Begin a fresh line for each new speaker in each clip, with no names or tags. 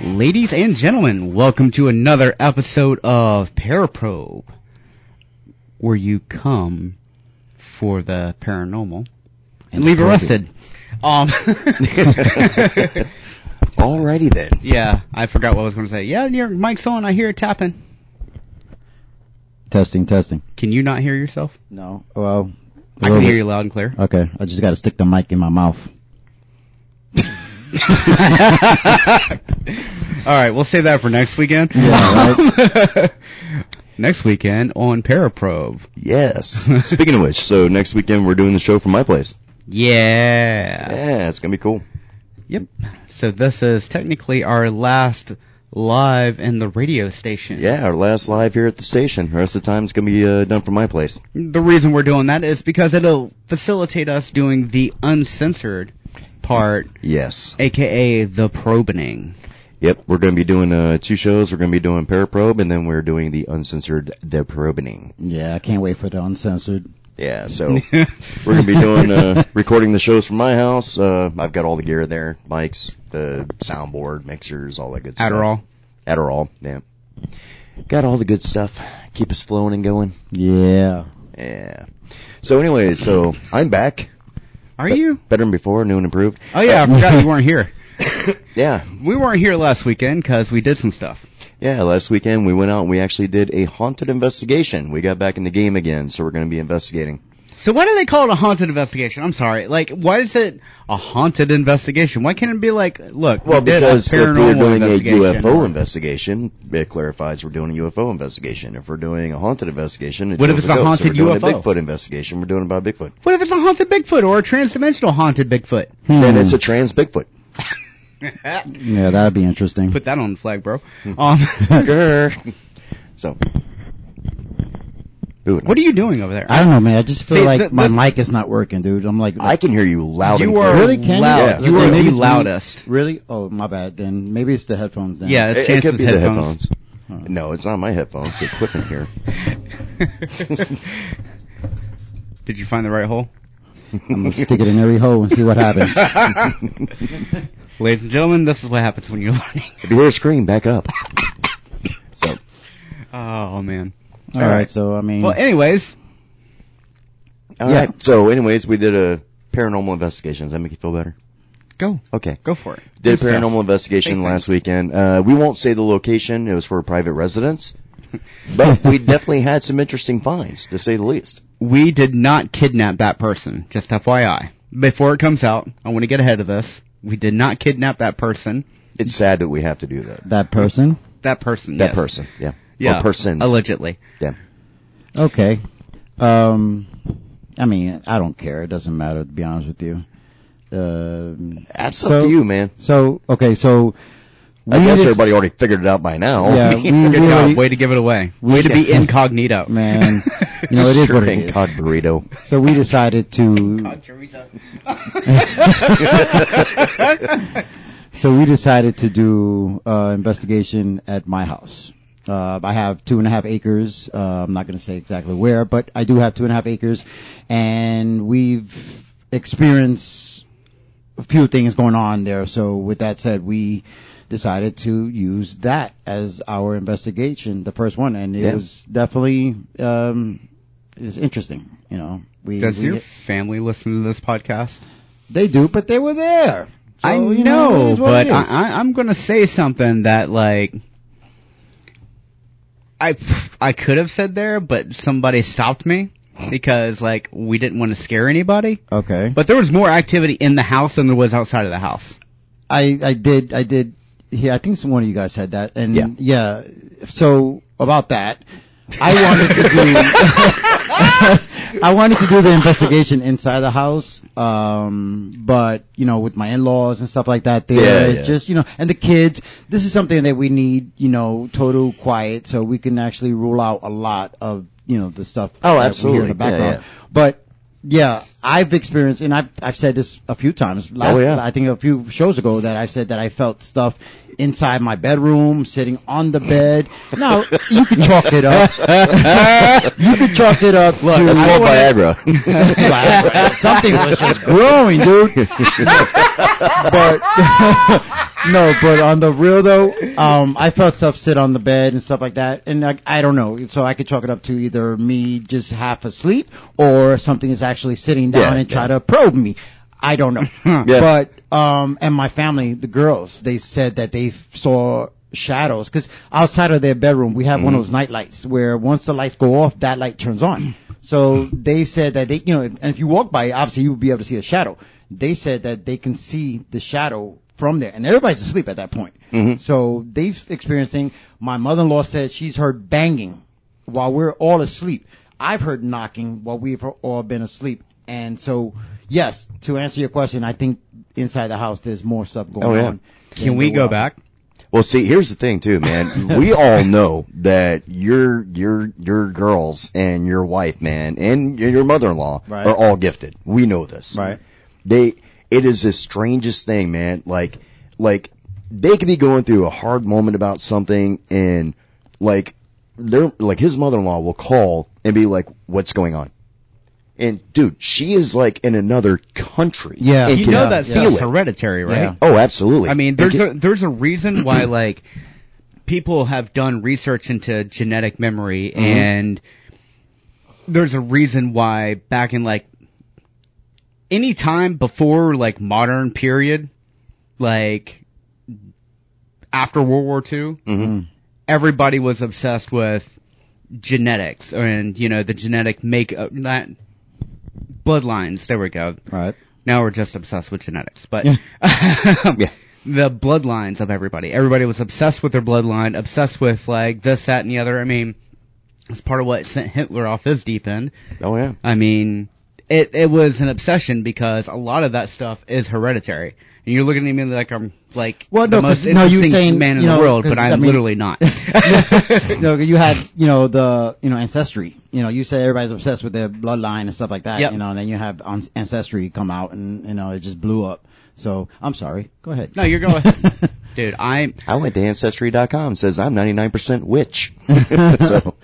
Ladies and gentlemen, welcome to another episode of Paraprobe, where you come for the paranormal and leave arrested. Um,
Alrighty then.
yeah, I forgot what I was going to say. Yeah, your mic's on. I hear it tapping.
Testing, testing.
Can you not hear yourself?
No. Well,
I can hear you loud and clear.
Okay, I just got to stick the mic in my mouth.
All right, we'll save that for next weekend.
Yeah,
next weekend on Paraprobe.
Yes. Speaking of which, so next weekend we're doing the show from my place.
Yeah.
Yeah, it's gonna be cool.
Yep. So this is technically our last live in the radio station.
Yeah, our last live here at the station. The rest of the time it's gonna be uh, done from my place.
The reason we're doing that is because it'll facilitate us doing the uncensored part,
Yes.
aka the probing.
Yep. We're gonna be doing uh, two shows. We're gonna be doing Paraprobe, and then we're doing the uncensored The Probing.
Yeah, I can't wait for the uncensored.
Yeah. So we're gonna be doing uh, recording the shows from my house. Uh, I've got all the gear there: mics, the soundboard, mixers, all that good stuff.
Adderall.
Adderall. Yeah. Got all the good stuff. Keep us flowing and going.
Yeah.
Yeah. So anyway, so I'm back.
Are you?
Better than before, new and improved.
Oh yeah, I forgot you weren't here.
Yeah.
We weren't here last weekend because we did some stuff.
Yeah, last weekend we went out and we actually did a haunted investigation. We got back in the game again, so we're going to be investigating.
So why do they call it a haunted investigation? I'm sorry. Like, why is it a haunted investigation? Why can't it be like, look,
Well,
we did
because
a
if
paranormal
we're doing a
investigation
UFO
or-
investigation, it clarifies we're doing a UFO investigation. If we're doing a haunted investigation, it
What if
shows
it's a
ghost.
haunted
if we're doing
UFO?
a Bigfoot investigation, we're doing about Bigfoot.
What if it's a haunted Bigfoot or a transdimensional haunted Bigfoot?
Then it's a trans Bigfoot.
Yeah, that'd be interesting.
Put that on the flag, bro.
Hmm.
Um,
Grr. so. Ooh,
what are you doing over there?
I don't know, man. I just feel
See,
like
th-
my
this-
mic is not working, dude. I'm like,
I can hear you loud and
you
clear.
are
Really? Can you?
loud.
Yeah.
You are
Maybe
the
it's me.
loudest.
really? Oh, my bad. Then maybe it's the headphones. Then.
Yeah, it's
It, it
Chance's
could be
headphones.
the headphones. No, it's not my headphones. It's equipment here.
Did you find the right hole?
I'm gonna stick it in every hole and see what happens.
Ladies and gentlemen, this is what happens when you're learning.
If you hear a scream, back up. So,
Oh man.
All right. So I mean,
Hmm.
Well, anyways,
all right. So, anyways, we did a paranormal investigation. Does that make you feel better?
go
Okay.
go for it.
Did a
Good stuff.
paranormal investigation
Hey,
last weekend. Uh, we won't say the location. It was for a private residence. But we definitely had some interesting finds, to say the least.
We did not kidnap that person. Just FYI. Before it comes out, I want to get ahead of this. We did not kidnap that person.
It's sad that we have to do that.
that person.
That person.
That
yes.
person. Yeah.
Yeah.
Or persons.
Allegedly.
Yeah.
Okay. Um, I mean, I don't care. It doesn't matter, to be honest with you. Um
That's
So-
up to you, man.
so, okay, so.
I
we
guess
just-
everybody already figured it out by now.
Yeah, we,
Good
we
job.
already-
Way to give it away. Way to be incognito.
Man, you know, it is
Sure
what it
thing,
is.
cod burrito.
So we decided to, so we decided to do, uh, investigation at my house. Uh, I have two and a half acres. Uh, I'm not going to say exactly where, but I do have two and a half acres and we've experienced a few things going on there. So with that said, we decided to use that as our investigation, the first one, and it
Yeah.
was definitely um, it's interesting. You know, we,
Does
we
your family listen to this podcast?
they do, but they were there. So,
I
Oh, you it
know,
is what
but
it
I,
is.
I, I'm going to say something that like I I could have said there, but somebody stopped me because like we didn't want to scare anybody.
okay, but
But there was more activity in the house than there was outside of the house.
I I did I did. Yeah, I think some one of you guys had that, and
Yeah.
yeah, so about that, I wanted to do. I wanted to do the investigation inside the house, um, but you know, with my in-laws and stuff like that, they
Yeah,
were
yeah.
just you know, and the kids. This is something that we need, you know, total quiet, so we can actually rule out a lot of you know the stuff. that we hear
absolutely.
in the
Yeah,
background.
yeah.
But yeah, I've experienced, and I've I've said this a few times. Last,
Oh, yeah.
I think a few shows ago that I've said that I felt stuff inside my bedroom, sitting on the bed. Now you can chalk it up. you can chalk it up to
That's called Viagra.
Viagra. something was just growing, dude. but no, but on the real though, um, I felt stuff sit on the bed and stuff like that, and I, I don't know. So I could chalk it up to either me just half asleep or something is actually sitting down
Yeah,
and try
yeah.
to probe me. I don't know, but um, and my family, the girls, they said that they f- saw shadows because outside of their bedroom we have one of those night lights where once the lights go off, that light turns on. So they said that they, you know, and if you walk by, obviously you would be able to see a shadow. They said that they can see the shadow from there, and everybody's asleep at that point. So they've experienced thing. My mother-in-law said she's heard banging while we're all asleep. I've heard knocking while we've all been asleep, and so yes, to answer your question, I think inside the house there's more stuff going
Oh, yeah.
on.
Can we go back?
well, see, here's the thing too, man. We all know that your your your girls and your wife, man, and your- your mother-in-law
Right.
are all gifted. We know this.
Right.
They it is the strangest thing, man. Like like they could be going through a hard moment about something and like they're like his mother-in-law will call and be like what's going on? And dude, she is like in another country.
Yeah.
And
You
can
know that
feel
stuff's
it.
hereditary, right?
Yeah.
Oh, absolutely.
I mean,
And
there's
can-
a there's a reason why like people have done research into genetic memory, and there's a reason why back in like any time before like modern period, like after World War II,
Mm. Mm-hmm.
everybody was obsessed with genetics and you know the genetic make uh, not bloodlines. There we go.
Right.
Now we're just obsessed with genetics, but the bloodlines of everybody. Everybody was obsessed with their bloodline, obsessed with like this, that, and the other. I mean, it's part of what sent Hitler off his deep end.
Oh yeah.
I mean, it it was an obsession because a lot of that stuff is hereditary. And you're looking at me like I'm like
Well,
the
no,
most
'cause- no, you're
interesting
saying,
man in
you know,
the world,
'cause,
but I'm
I mean-
literally not.
no, you had you know the you know ancestry. You know, you said everybody's obsessed with their bloodline and stuff like that.
Yep.
You know, and then you have on- ancestry come out, and you know it just blew up. So I'm sorry. Go ahead.
no, you're going, dude. I
I went to ancestry.com says I'm 99% witch. so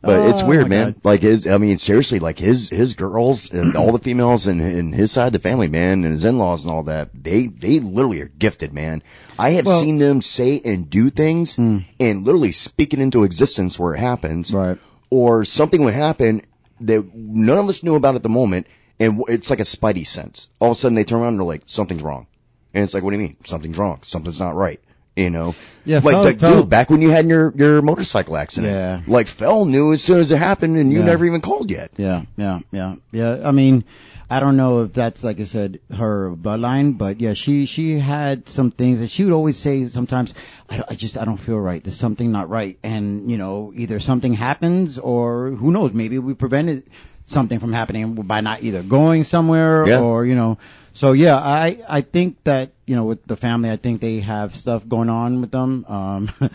but it's
Oh,
weird,
my
man.
God.
Like his, I mean, seriously, like his, his girls and all the females and, and his side of the family, man, and his in-laws and all that, they, they literally are gifted, man. I have
Well- Hmm.
seen them say and do things and literally speak it into existence where it happens.
Right.
Or something would happen that none of us knew about at the moment. And w- it's like a spidey sense. All of a sudden they turn around and they're like, something's wrong. And it's like, what do you mean? Something's wrong. Something's not right. You know?
Yeah,
Like,
fell-
like
fell-
dude, back when you had your, your motorcycle accident.
Yeah.
Like, Fell knew as soon as it happened and you
Yeah.
never even called yet.
Yeah, yeah, yeah, yeah. I mean, I don't know if that's like I said her bloodline, but yeah, she she had some things that she would always say sometimes. I, don't- I just I don't feel right. There's something not right, and you know either something happens or who knows maybe we prevented something from happening by not either going somewhere
Yeah.
or you know. So yeah, I I think that you know with the family, I think they have stuff going on with them. Um,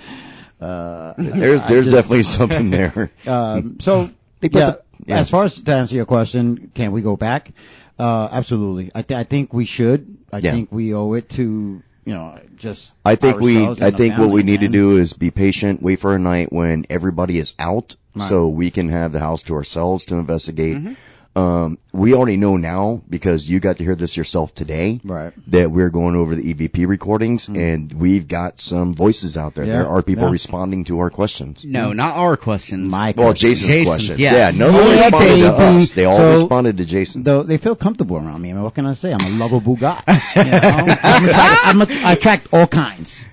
uh,
There's,
I
there's
just-
definitely something there.
um, so
Hmm. put
yeah,
the- yeah.
as far as to answer your question, can we go back? Uh, absolutely. I, th- I think we should. I
Yeah.
think we owe it to you know just.
I think we,
ourselves
I
and the
think what we
family,
need to
man.
do is be patient, wait for a night when everybody is out, so we can have the house to ourselves to investigate.
Mm-hmm.
Um, we already know now because you got to hear this yourself today.
Right. Mm-hmm.
That we're going over the EVP recordings and we've got some voices out there.
Yeah,
There are people
yeah.
responding to our questions.
no, not our questions.
My
Well,
question.
Jason's,
Jason's,
questions. Yeah,
yes.
no one
Oh, Yeah,
responded to
baby.
us. They all
So-
responded to Jason.
Though they feel comfortable around me. I mean, what can I say? I'm a lovable guy. You know? I'm attract, I'm a, I attract all kinds.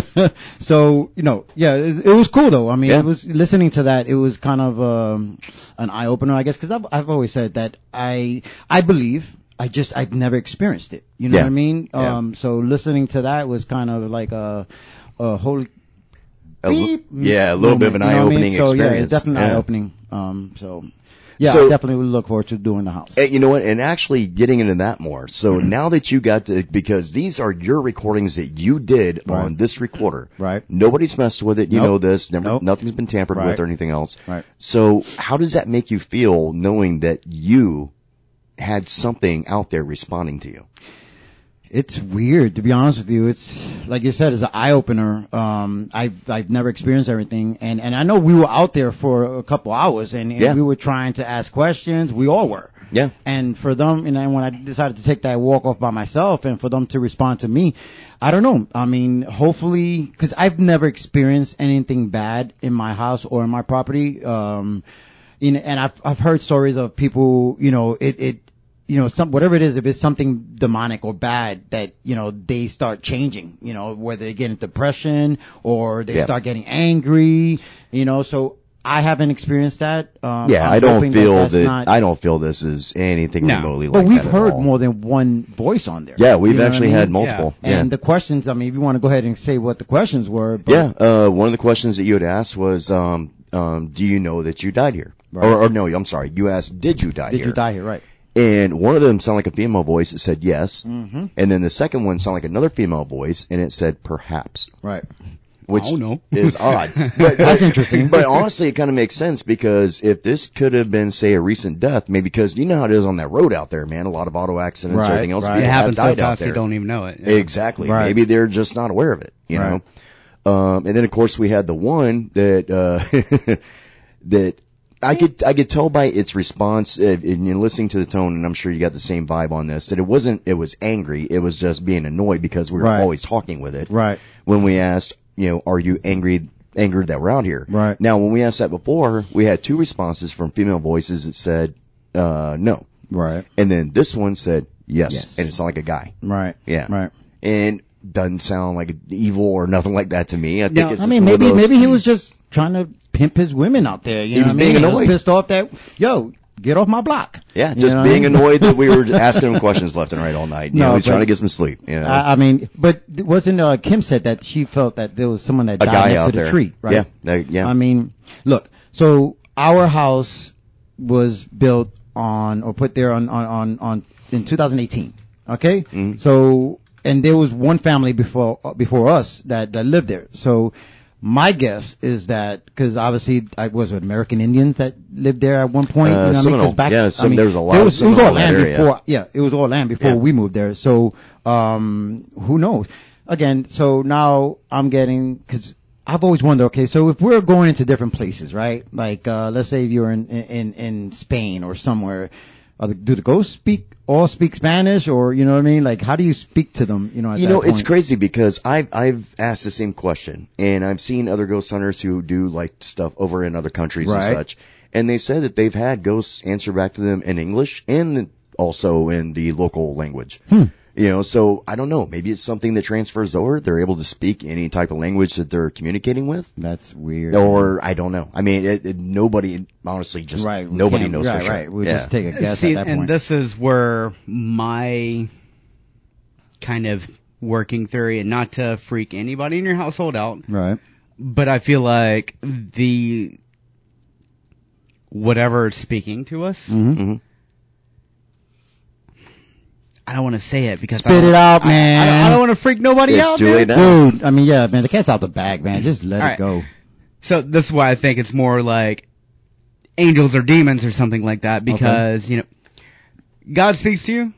so you know, yeah, it, it was cool though. I mean,
Yeah.
it was listening to that. It was kind of um, an eye opener, I guess, because I've I've always said that I I believe. I just I've never experienced it. You know
Yeah.
what I mean?
Yeah.
Um, so listening to that was kind of like a, a holy
A l-
beep
yeah, a little bit of an
moment, you know what I mean?
eye-opening
So, yeah,
experience.
it's definitely
Yeah.
eye opening. Um, so Yeah,
So-
I definitely would look forward to doing the house.
Eh, you know what? And actually getting into that more. So
Mm-hmm.
now that you got to, because these are your recordings that you did on
Right.
this recorder.
Right.
Nobody's messed with it. You
Nope.
know this. Never,
Nope.
Nothing's been tampered
Right.
with or anything else.
Right.
So how does that make you feel knowing that you had something out there responding to you?
It's weird, to be honest with you. It's like you said, it's an eye opener. Um, I've I've never experienced everything, and and I know we were out there for a couple hours, and, and
Yeah.
we were trying to ask questions. We all were.
Yeah.
And for them, and then when I decided to take that walk off by myself, and for them to respond to me, I don't know. I mean, hopefully, because I've never experienced anything bad in my house or in my property. Um, you know, and I've I've heard stories of people, you know, it it you know, some whatever it is, if it's something demonic or bad, that you know they start changing. You know, whether they get into depression or they
Yeah.
start getting angry. You know, so I haven't experienced that. Um,
Yeah,
I'm
I don't
hoping
feel that,
that's not-
I don't feel this is anything
No.
remotely
but
like
we've
that at
heard
all.
more than one voice on there.
Yeah, we've
You know what I
actually
mean?
had multiple. Yeah.
And the questions. I mean, if you want to go ahead and say what the questions were. But
Yeah, uh, one of the questions that you had asked was, um, um, do you know that you died here?
Right.
Or, or no, I'm sorry, you asked, did you die
Did
here?
you die here? Right.
And one of them sounded like a female voice. It said yes. Mm-hmm. And then the second one sounded like another female voice, and it said perhaps,
Right.
which
Oh, no.
is odd. But,
That's interesting.
but honestly, it kind of makes sense because if this could have been, say, a recent death, maybe because you know how it is on that road out there, man. A lot of auto accidents,
Right,
everything else.
right.
people
It
have
happens so
died out
fast
there.
you don't even know it. Yeah.
Exactly.
Right.
Maybe they're just not aware of it, you
Right.
know. Um, and then of course we had the one that uh, that I could I could tell by its response uh, in, in listening to the tone, and I'm sure you got the same vibe on this that it wasn't it was angry, it was just being annoyed because we were
Right.
always talking with it.
Right.
When we asked, you know, are you angry? Angered that we're out here.
Right.
Now, when we asked that before, we had two responses from female voices that said, uh, no.
Right.
And then this one said, yes.
Yes.
And it sounded like a guy
Right.
Yeah.
Right.
and doesn't sound like evil or nothing like that to me. I think
Now,
it's
I
just
mean,
one of
maybe
those-
maybe he was just trying to pimp his women out there. You
He
know
was
what I mean?
being
He was
annoyed.
pissed off that yo get off my block.
yeah,
You
just
know what I
being
mean?
annoyed that we were asking him questions left and right all night. You
No,
know, he's
but-
trying to get some sleep. You know?
I, I mean, but th- wasn't uh, Kim said that she felt that there was someone that
a
died
guy
next
out
to the
there.
tree, right?
Yeah, that- yeah.
I mean, look. So our house was built on or put there on on on, on in 2018. Okay.
Mm-hmm.
So and there was one family before uh, before us that that lived there. So my guess is that because obviously I was with American Indians that lived there at one point.
Uh,
you know what I mean? 'Cause
Seminole.
back,
Yeah,
I
some-
mean,
there was a lot
It
of
was, it was
Seminole
all
in that
land
area.
before yeah, it was all land before
Yeah.
we moved there. So, um, who knows? Again, so now I'm getting, cause I've always wondered, okay, so if we're going into different places, right? Like, uh, let's say you're in, in, in Spain or somewhere, are the, do the ghosts speak, all speak Spanish or, you know what I mean? Like, how do you speak to them, you know, at
you
that
know, it's
point?
crazy because I've I've asked the same question, and I've seen other ghost hunters who do like stuff over in other countries
Right.
and such, and they said that they've had ghosts answer back to them in English and also in the local language.
Hmm.
You know, so I don't know. Maybe it's something that transfers over. They're able to speak any type of language that they're communicating with.
That's weird.
Or I don't know. I mean, it, it, nobody honestly just
right. we
nobody
can't-
knows
Right,
for sure.
right. We'll
Yeah.
just take a guess
See,
at that
and
point.
this is where my kind of working theory, and not to freak anybody in your household out,
right.
but I feel like the whatever is speaking to us.
Mm-hmm.
Mhm.
I don't want to say it because I
Spit
don't-
it out,
I-
man.
I, don't- I don't want to freak nobody
It's
out,
too
dude.
late now.
Dude, I mean, yeah, man, the cat's out the bag, man. Just let
All
it
right.
go.
So this is why I think it's more like angels or demons or something like that because, you know, God speaks to you.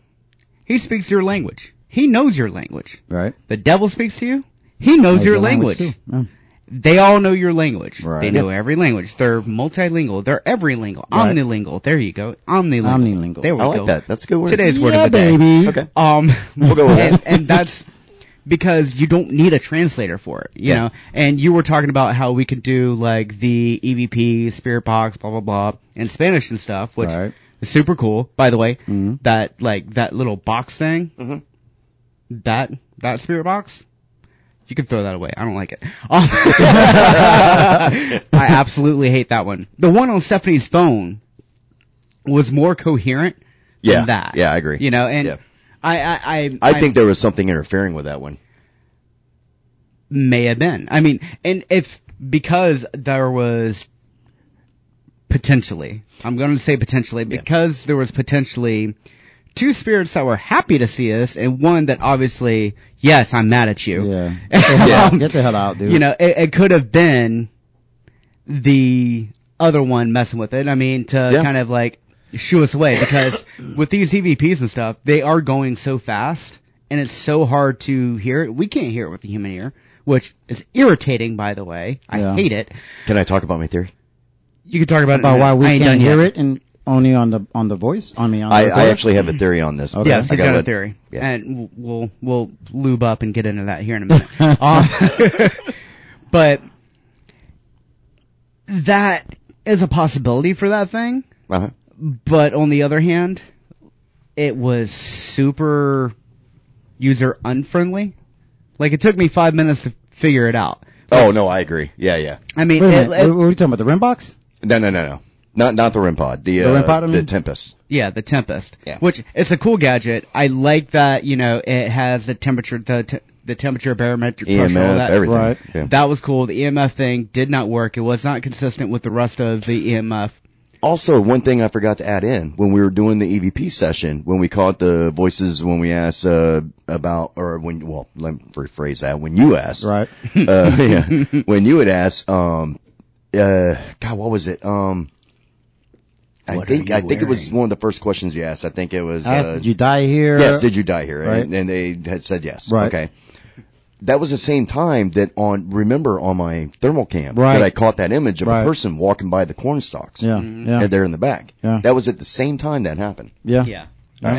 He speaks your language. He knows your language.
Right.
The devil speaks to you. He knows,
Knows
your, language.
too. Yeah.
They all know your language.
Right.
They know every language. They're multilingual. They're everylingual.
Right.
Omnilingual. There you go. Omnilingual.
Omnilingual.
There we
I like
go.
that. That's a good word.
Today's word
Yeah,
of the day.
baby.
Okay.
Um,
We'll go with
and,
that.
and that's because you don't need a translator for it, you
Yeah.
know. And you were talking about how we could do like the EVP, Spirit Box, blah blah blah, in Spanish and stuff, which
Right.
is super cool. By the way, that like that little box thing,
Mhm.
that that Spirit Box. You can throw that away. I don't like it. Um, I absolutely hate that one. The one on Stephanie's phone was more coherent
Yeah.
than that.
Yeah, I agree.
You know, and
Yeah.
I, I, I,
I think there was something interfering with that one.
may have been. I mean, and if because there was potentially. I'm going to say potentially because there was potentially two spirits that were happy to see us and one that obviously, yes, I'm mad at you. Um,
Yeah. Get the hell
Um,
out. Get the hell out, dude.
You know, it, it could have been the other one messing with it. I mean, to
Yeah.
kind of like shoo us away because with these EVPs and stuff, they are going so fast and it's so hard to hear it. We can't hear it with the human ear, which is irritating, by the way. I
Yeah.
hate it.
Can I talk about my theory?
You can talk about, it in a
about why
minute.
we
I ain't
can't
done yet.
hear it and only on the on the voice. I mean, on the
I, I
recorder?
actually have a theory on this.
Okay.
Yeah,
Yes,
I
he's got,
gotta
a
let-
theory,
yeah.
and we'll we'll lube up and get into that here in a minute. um, but that is a possibility for that thing.
Uh-huh.
But on the other hand, it was super user unfriendly. Like it took me five minutes to figure it out.
Oh no, I agree. Yeah, yeah.
I mean,
Wait a
it-
minute.
it-
what are you talking about? The REM box?
No, no, no, no. Not not the REM pod. The, uh,
REM pod, I
the
mean?
Tempest.
Yeah, the Tempest.
Yeah.
Which it's a cool gadget. I like that. You know, it has the temperature, the te- the temperature barometric pressure, all
E
EMF,
that.
E everything.
Right.
Yeah.
That was cool. The EMF thing did not work. It was not consistent with the rest of the E EMF.
Also, one thing I forgot to add in when we were doing the EVP session, when we caught the voices, when we asked uh, about, or when, well, let me rephrase that. When you asked,
Right.
Uh, yeah, when you had asked, um, uh, God, what was it? Um, I
What are
think
you
I think it was
wearing?
one of the first questions you asked. I think it was.
I asked,
uh,
did you die here?
Yes, did you die here?
Right.
And, and they had said yes.
Right.
Okay. That was the same time that on remember on my thermal cam
Right.
that I caught that image of
Right.
a person walking by the corn stalks.
Yeah. Yeah.
And they're in the back.
Yeah.
That was at the same time that happened.
Yeah.
Alright,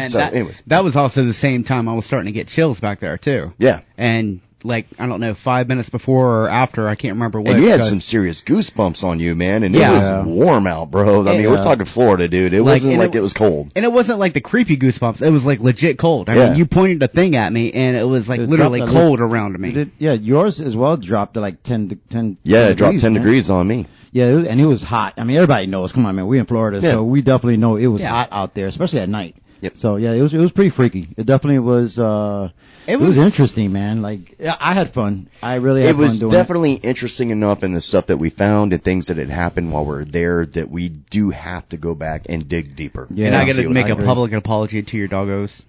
And
so
that,
anyways.
that was also the same time I was starting to get chills back there too.
Yeah.
And like I don't know, five minutes before or after, I can't remember what.
And you had
because-
some serious goosebumps on you, man, and
Yeah.
it was
Yeah.
warm out, bro. I mean,
Yeah.
we're talking Florida, dude. It
Like,
wasn't
and
like
it-
it, was cold.
And it wasn't like the creepy goosebumps. It was like legit cold. I
Yeah.
mean, you pointed a thing at me, and it was like
It
literally
dropped at least-
cold around me.
Did- yeah, yours as well dropped to like 10, de- 10
Yeah, it dropped ten
man.
degrees on me.
Yeah, it was, and it was hot. I mean, everybody knows. Come on, man, we in Florida,
Yeah.
so we definitely know it was
Yeah.
hot out there, especially at night.
Yep.
So yeah, it was it was pretty freaky. It definitely was. uh
It
It was,
was-
interesting, man. Like yeah, I had fun. I really had
it was
fun doing
definitely interesting enough in the stuff that we found and things that had happened while we were there that we do have to go back and dig deeper.
Yeah.
and I
see
got to
what
make
I
a
agree.
public apology to your doggos.
it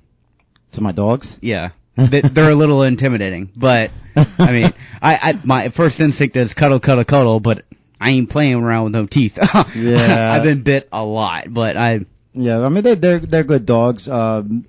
to my dogs.
Yeah. They- They're a little intimidating, but I mean, I, I my first instinct is cuddle, cuddle, cuddle, but I ain't playing around with no teeth.
Yeah.
I've been bit a lot, but I
Yeah, I mean they they're they're good dogs. Um,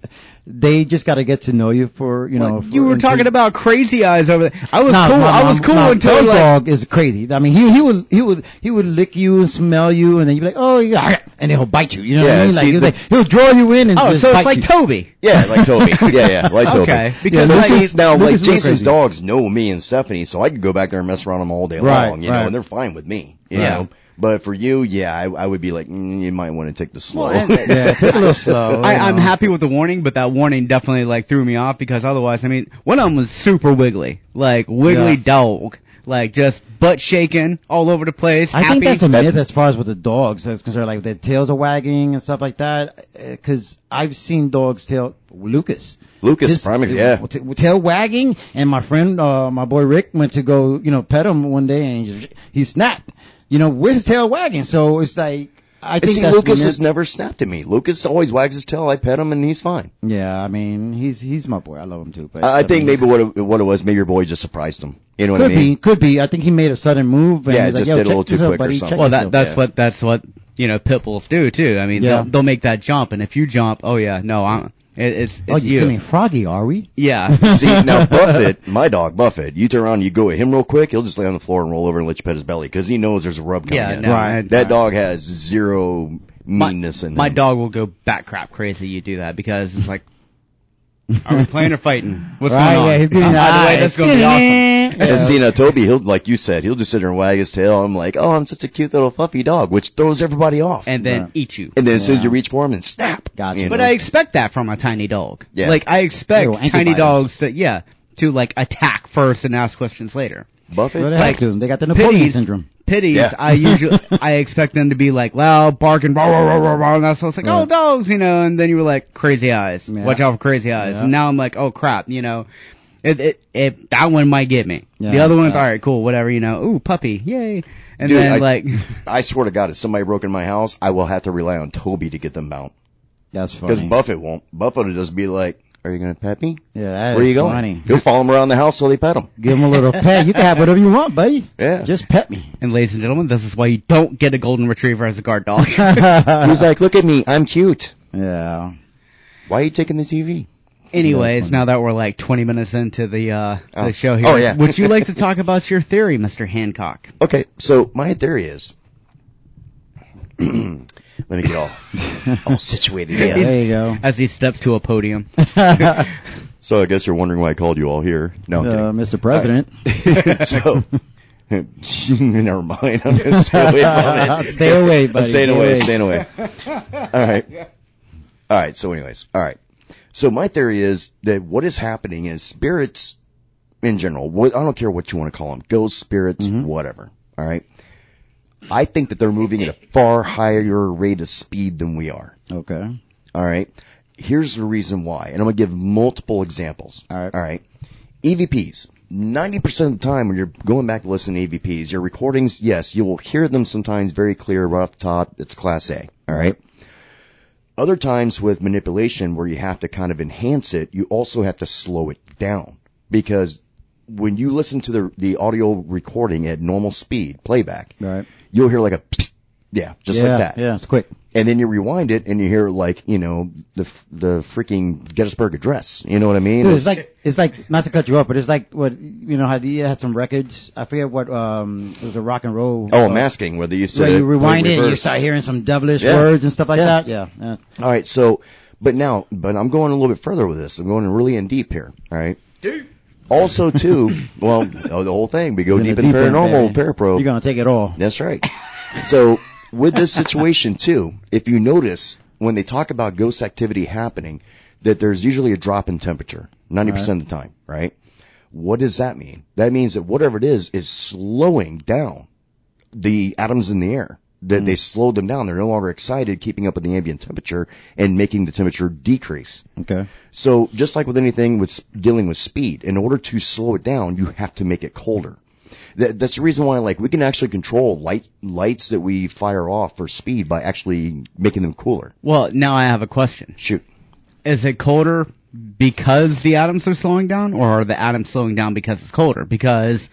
they just got to get to know you for you know. For,
you were
until-
talking about crazy eyes over there. I was
No,
cool.
no,
I
no,
was cool
no,
until
Toad
like,
dog is crazy. I mean, he he would he would he would lick you and smell you, and then you'd be like, oh yeah, and then he'll bite you. You know what
Yeah,
I mean? Like,
see,
he'll,
the-
like he'll draw you in and
oh,
just
so
bite
it's like
you.
Toby.
Yeah, like Toby. yeah, yeah, like Toby.
Okay, because
yeah,
like-
Lucas, now
Lucas
like
is real
Jason's
crazy.
dogs know me and Stephanie, so I could go back there and mess around them all day
Right,
long, you
right.
know, and they're fine with me. You
Yeah.
know? But for you, yeah, I, I would be like, mm, you might want to take the slow.
Well, and-
yeah, take a little slow.
I,
you
I'm
know.
happy with the warning, but that warning definitely like threw me off because otherwise, I mean, one of them was super wiggly, like wiggly
Yeah.
dog, like just butt shaking all over the place.
I
happy.
think that's a myth as far as with the dogs is concerned, like their tails are wagging and stuff like that. Because I've seen dogs tail Lucas. eh,
Lucas, Primus, yeah.
t- tail wagging, and my friend, uh, my boy Rick went to go, you know, pet him one day, and he, just, he snapped, you know, with his tail wagging. So it's like I
And
think
see,
that's
Lucas
myth.
has never snapped at me. Lucas always wags his tail. I pet him and he's fine.
Yeah, I mean, he's he's my boy. I love him too. But
I, I think
mean,
maybe what it, what it was, maybe your boy just surprised him. You know
could
what I mean?
be, could be. I think he made a sudden move, and
Yeah,
he's like,
just
Yo,
did a
check
little too
this out,
quick or
buddy,
something.
check
Well,
this
that
out.
that's
yeah.
what that's what you know pit bulls do too. I mean,
Yeah.
they'll, they'll make that jump, and if you jump, oh yeah, no, I'm it, it's, it's
Oh,
you.
you're feeling froggy, are we?
Yeah,
See, now Buffett, my dog Buffett, you turn around and you go at him real quick, he'll just lay on the floor and roll over and let you pet his belly because he knows there's a rub coming
Yeah,
in.
no, Right. I-
That dog has zero meanness in
my
him.
dog will go bat crap crazy. You do that because it's like, are we playing or fighting? What's
Right,
going on?
yeah, he's getting
Uh, by the way,
eyes.
that's gonna be awesome.
And see, now Toby, he'll like you said, he'll just sit there and wag his tail. I'm like, oh, I'm such a cute little fluffy dog, which throws everybody off.
And then
Right.
eat you.
And then as soon as you reach for him, then snap.
Gotcha.
You
But
know?
I expect that from a tiny dog.
Yeah.
Like I expect
Little ankle
tiny
biters.
dogs to yeah to like attack first and ask questions later.
Buffett,
But they
like,
have to. They got the Napoleon
Pitties-
syndrome.
Pitties,
Yeah.
I usually I expect them to be like loud, barking, rah, rah, rah, rah, rah, and that's so it's like, oh, dogs, you know. And then you were like, crazy eyes,
Yeah.
watch out for crazy eyes.
Yeah.
And now I'm like, oh crap, you know. It, it, it, that one might get me. the
Yeah,
other one's
yeah.
all right, cool, whatever, you know. Ooh, puppy, yay! And
Dude,
then
I-
like,
I swear to God, if somebody broke in my house, I will have to rely on Toby to get them out.
That's funny.
Because Buffett won't. Buffett will just be like, "Are you gonna pet me?
yeah, that
Where
is
you going?"
funny.
He'll follow him around the house till they pet him.
Give him a little pet. You can have whatever you want, buddy.
Yeah.
Just pet me.
and ladies and gentlemen, this is why you don't get a golden retriever as a guard dog.
He's like, "Look at me, I'm cute.
Yeah.
Why are you taking the TV?"
Anyways,
funny.
now that we're like 20 minutes into the uh,
Oh.
the show here,
Oh, yeah.
would you like to talk about your theory, Mr. Hancock?
Okay, so my theory is, let me get all, all situated.
Yeah,
Yeah.
there you go.
As he steps to a podium.
So I guess you're wondering why I called you all here. No, I'm
Uh,
kidding.
Mr. President.
so never mind. I'm gonna stay away from it.
Stay away, buddy.
I'm staying
Stay
away.
away.
Staying away. All right. All right. So, anyways, all right. So my theory is that what is happening is spirits in general. What I don't care what you want to call them, ghosts, spirits, whatever. All right. I think that they're moving at a far higher rate of speed than we are.
Okay.
All right. Here's the reason why, and I'm gonna give multiple examples.
All right.
All right. E EVPs. 90% of the time when you're going back to listen to EVPs, your recordings, yes, you will hear them sometimes very clear right off the top. It's class A. All right. Other times with manipulation where you have to kind of enhance it, you also have to slow it down because when you listen to the, the audio recording at normal speed playback,
Right.
you'll hear like a, yeah, just
yeah,
like that
Yeah, it's quick.
and then you rewind it and you hear like you know the the freaking Gettysburg Address. You know what I mean?
Dude, it's like it's like not to cut you off, but it's like what you know how you had some records. I forget what um it was a rock and roll.
oh, I'm
uh,
asking whether you
So
still
you rewind it and you start hearing some devilish
Yeah.
words and stuff like
Yeah.
that. Yeah. yeah.
All right, so but now but I'm going a little bit further with this. I'm going really in deep here. All right. Also, too, well, oh, the whole thing. We go deep in
the end,
paranormal,
baby.
parapro.
You're gonna take it all.
That's right. So with this situation too, if you notice when they talk about ghost activity happening, that there's usually a drop in temperature, 90% of the time, right? What does that mean? That means that whatever it is, is slowing down the atoms in the air. That they slowed them down. They're no longer excited, keeping up with the ambient temperature and making the temperature decrease.
Okay.
So just like with anything with s- dealing with speed, in order to slow it down, you have to make it colder. That, that's the reason why, like, we can actually control light, lights that we fire off for speed by actually making them cooler.
Well, now I have a question.
Shoot.
Is it colder because the atoms are slowing down, or are the atoms slowing down because it's colder? Because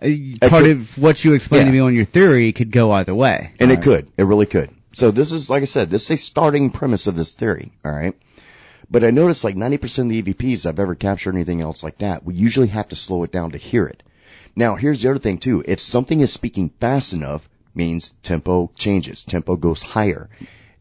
uh, part
could-
of what you explained to
Yeah.
me on your theory could go either way.
And it could. It really could. So this is, like I said, this is a starting premise of this theory. All right. But I noticed like 90% of the EVPs I've ever captured anything else like that, we usually have to slow it down to hear it. Now here's the other thing too. If something is speaking fast enough means tempo changes. Tempo goes higher.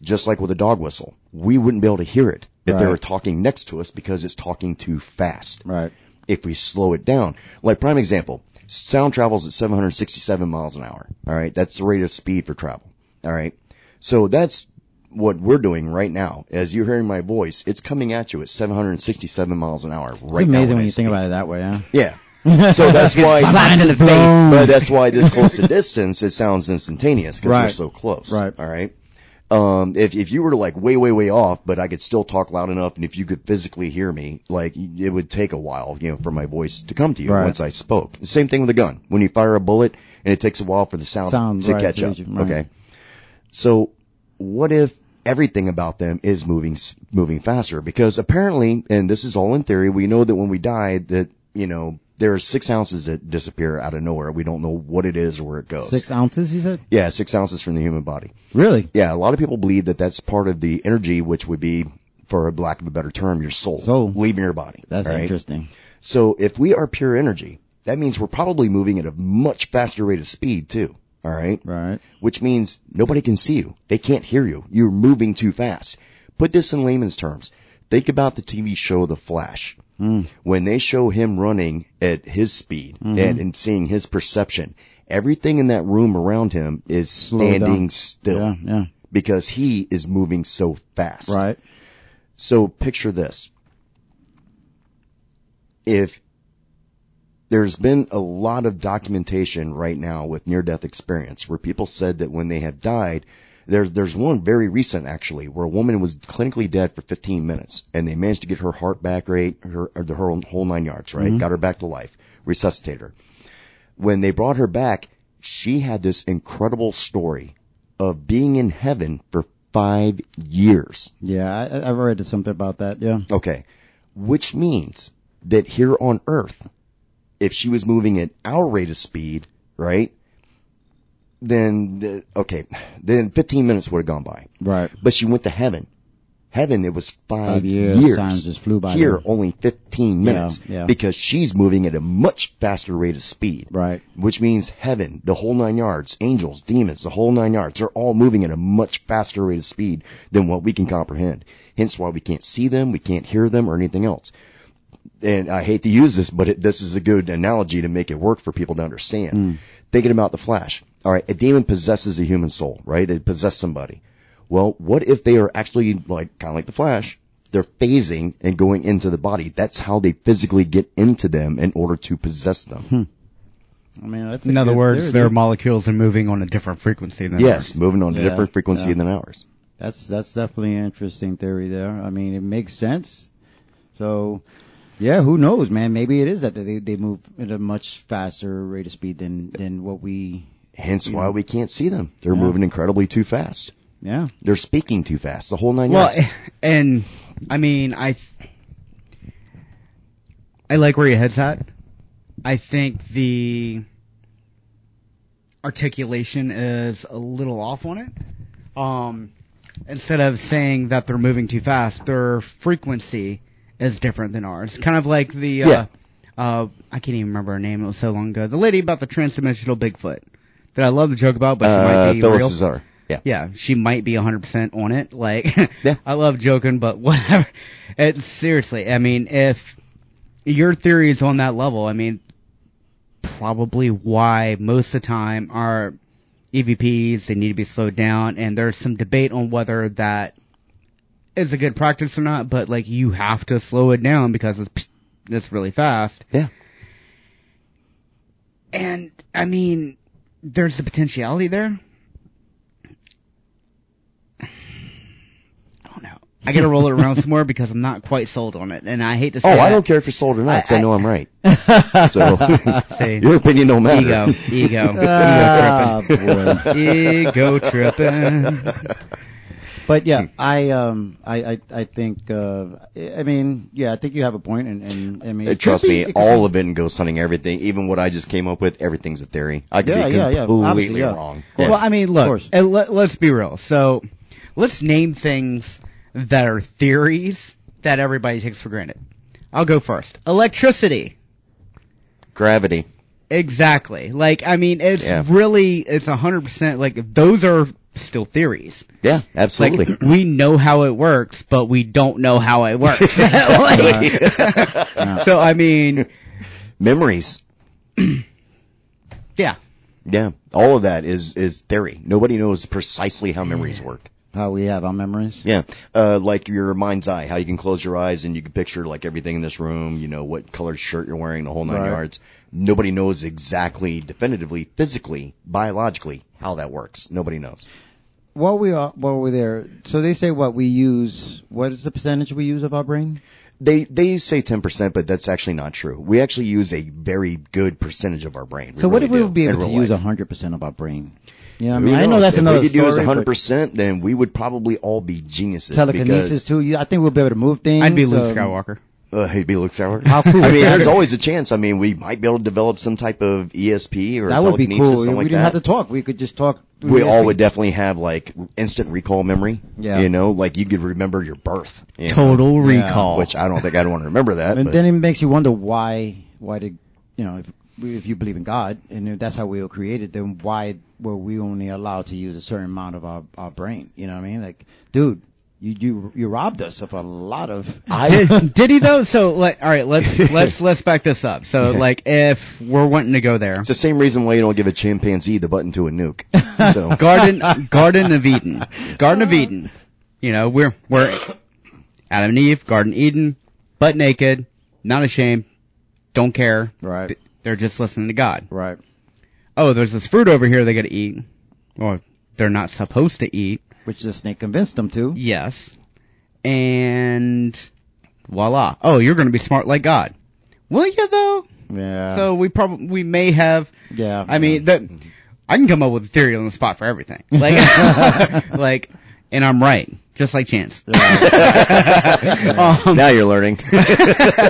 Just like with a dog whistle. We wouldn't be able to hear it if they
Right.
were talking next to us because it's talking too fast
Right.
if we slow it down. Like prime example, sound travels at 767 miles an hour. All right. That's the rate of speed for travel. All right. So that's what we're doing right now. As you're hearing my voice, it's coming at you at 767 miles an hour right now.
It's amazing
I
when you
speak.
think about it that way, huh?
Yeah. So that's why,
Slammed in the face.
but that's why this close to distance, it sounds instantaneous because we're
Right.
so close.
Right.
All right. Um, if, if you were to like way, way, way off, but I could still talk loud enough. And if you could physically hear me, like it would take a while, you know, for my voice to come to you
Right.
once I spoke. The same thing with a gun. When you fire a bullet and it takes a while for the sound,
Sound,
to
right,
catch
to
up.
reach you, right.
Okay. So what if everything about them is moving s- moving faster? Because apparently, and this is all in theory, we know that when we die, that you know there are six ounces that disappear out of nowhere. We don't know what it is or where it goes.
Six ounces, you said?
yeah, six ounces from the human body.
Really?
Yeah, a lot of people believe that that's part of the energy, which would be, for lack of a better term, your soul,
Soul.
leaving your body.
That's
right?
interesting.
So if we are pure energy, that means we're probably moving at a much faster rate of speed too. All right
Right.
which means nobody can see you. They can't hear you. You're moving too fast. Put this in layman's terms. Think about the TV show The Flash.
Hmm.
When they show him running at his speed
Mm-hmm.
and, and seeing his perception, everything in that room around him is
down.
standing still
Yeah, yeah.
because he is moving so fast.
Right.
So picture this. If there's been a lot of documentation right now with near death experience where people said that when they have died, There's there's one very recent actually where a woman was clinically dead for 15 minutes and they managed to get her heart back rate, her or the her whole nine yards, right? Got her back to life, resuscitated her. When they brought her back, she had this incredible story of being in heaven for five years.
Yeah, I, I- I've read something about that. Yeah.
Okay. Which means that here on Earth, if she was moving at our rate of speed, right? Then, the, okay, then 15 minutes would have gone by.
Right.
But she went to heaven. Heaven, it was five,
Five years. Time just flew by
Here,
then.
only 15 minutes.
yeah.
Because she's moving at a much faster rate of speed.
Right.
Which means heaven, the whole nine yards, angels, demons, the whole nine yards, they're all moving at a much faster rate of speed than what we can comprehend. Hence why we can't see them, we can't hear them, or anything else. And I hate to use this, but it, this is a good analogy to make it work for people to understand. Thinking about the Flash. All right, a demon possesses a human soul, right? They possess somebody. Well, what if they are actually like kind of like the Flash? They're phasing and going into the body. That's how they physically get into them in order to possess them.
I mean, that's a
In other
good
words,
theory,
their
dude.
molecules are moving on a different frequency than
Yes,
ours.
moving on to
Yeah,
different frequency
yeah.
than ours.
That's that's definitely an interesting theory there. I mean, it makes sense. So, yeah, who knows, man? Maybe it is that they they move at a much faster rate of speed than than what we.
Hence why we can't see them. They're moving incredibly too fast.
Yeah.
They're speaking too fast. The whole nine
Well,
yards.
and I mean, I I like where your head's at. I think the articulation is a little off on it. Um, instead of saying that they're moving too fast, their frequency is different than ours. Kind of like the uh,
Yeah.
uh, I can't even remember her name. It was so long ago. The lady about the transdimensional Bigfoot that I love the joke about, but she might
Uh,
be
Phyllis
real
Cesar. Yeah.
yeah, she might be 100% on it. Like,
Yeah.
I love joking, but whatever. It's seriously, I mean, if your theory is on that level, I mean, probably why most of the time our EVPs, they need to be slowed down, and there's some debate on whether that is a good practice or not, but like, you have to slow it down because it's, it's really fast.
Yeah.
And I mean, there's the potentiality there. I don't know. I gotta roll it around some more because I'm not quite sold on it, and I hate to say
Oh, I
that.
don't care if you're sold or not, 'cause I,
I-
know I'm right. so
See,
your opinion don't matter.
ego, ego,
Ah, boy.
ego tripping, ego tripping.
But
Hmm.
yeah, I um, I I, I think uh, I mean, yeah, I think you have a point, and, and I mean,
Uh,
it could
Trust
be-
me,
it could
all
be-
of it and ghost hunting, everything, even what I just came up with, everything's a theory. I could
Yeah,
be
yeah, yeah.
completely
Obviously, yeah.
wrong.
Well, I mean, look,
course.
and let, let's be real. So, let's name things that are theories that everybody takes for granted. I'll go first. Electricity.
Gravity.
Exactly. Like, I mean, it's
Yeah.
really, it's a hundred percent, like, those are still theories.
Yeah,
Like,
absolutely.
we know how it works, but we don't know how it works. Like, so, I mean,
Memories.
yeah.
Yeah. All of that is, is theory. Nobody knows precisely how memories work.
how we have our memories.
Yeah, uh, like your mind's eye, how you can close your eyes and you can picture like everything in this room. You know what colored shirt you're wearing, the whole nine
Right.
yards. Nobody knows exactly, definitively, physically, biologically how that works. Nobody knows.
While we are while we're there, so they say what we use. What is the percentage we use of our brain?
They they say ten percent, but that's actually not true. We actually use a very good percentage of our brain.
So what if we
do
would be
in
able to
real
use
life.
hundred percent of our brain? You know, what I
Who
mean, I know
knows?
that's
if
another
we could use
story. but
100, percent then we would probably all be geniuses.
telekinesis too. You, I think we'll be able to move things.
I'd be Luke
um,
Skywalker.
Uh, he'd be Luke Skywalker.
How cool
I
would
mean,
that
there's
be?
always a chance. I mean, we might be able to develop some type of ESP or
That would be
telekinesis,
cool. We
something like
didn't
that.
have to talk. We could just talk. through
we
the
all
speak-
would definitely have like instant recall memory.
Yeah.
You know, like you could remember your birth. you know,
Total
Yeah.
recall.
Which I don't think I'd want to remember that.
And
but-
then it makes you wonder why why did you know if we- if you believe in God and if that's how we were created, then why were we only allowed to use a certain amount of our, our brain? You know what I mean? Like, dude, you you you robbed us of a lot of.
did, did he though? So, like, all right, let's, let's, let's back this up. So, like, if we're wanting to go there,
it's the same reason why you don't give a chimpanzee the button to a nuke. So
Garden Garden of Eden. Garden of Eden. You know, we're we're Adam and Eve, Garden Eden, butt naked, not ashamed, don't care.
Right.
They're just listening to God.
Right.
Oh, there's this fruit over here they gotta eat. Or they're not supposed to eat.
which the snake convinced them to.
Yes. And voila. Oh, you're going to be smart like God. Will you though?
Yeah.
So we probably we may have.
Yeah.
I mean that I can come up with a theory on the spot for everything. Like, like, and I'm right, just like chance. Um,
now you're learning.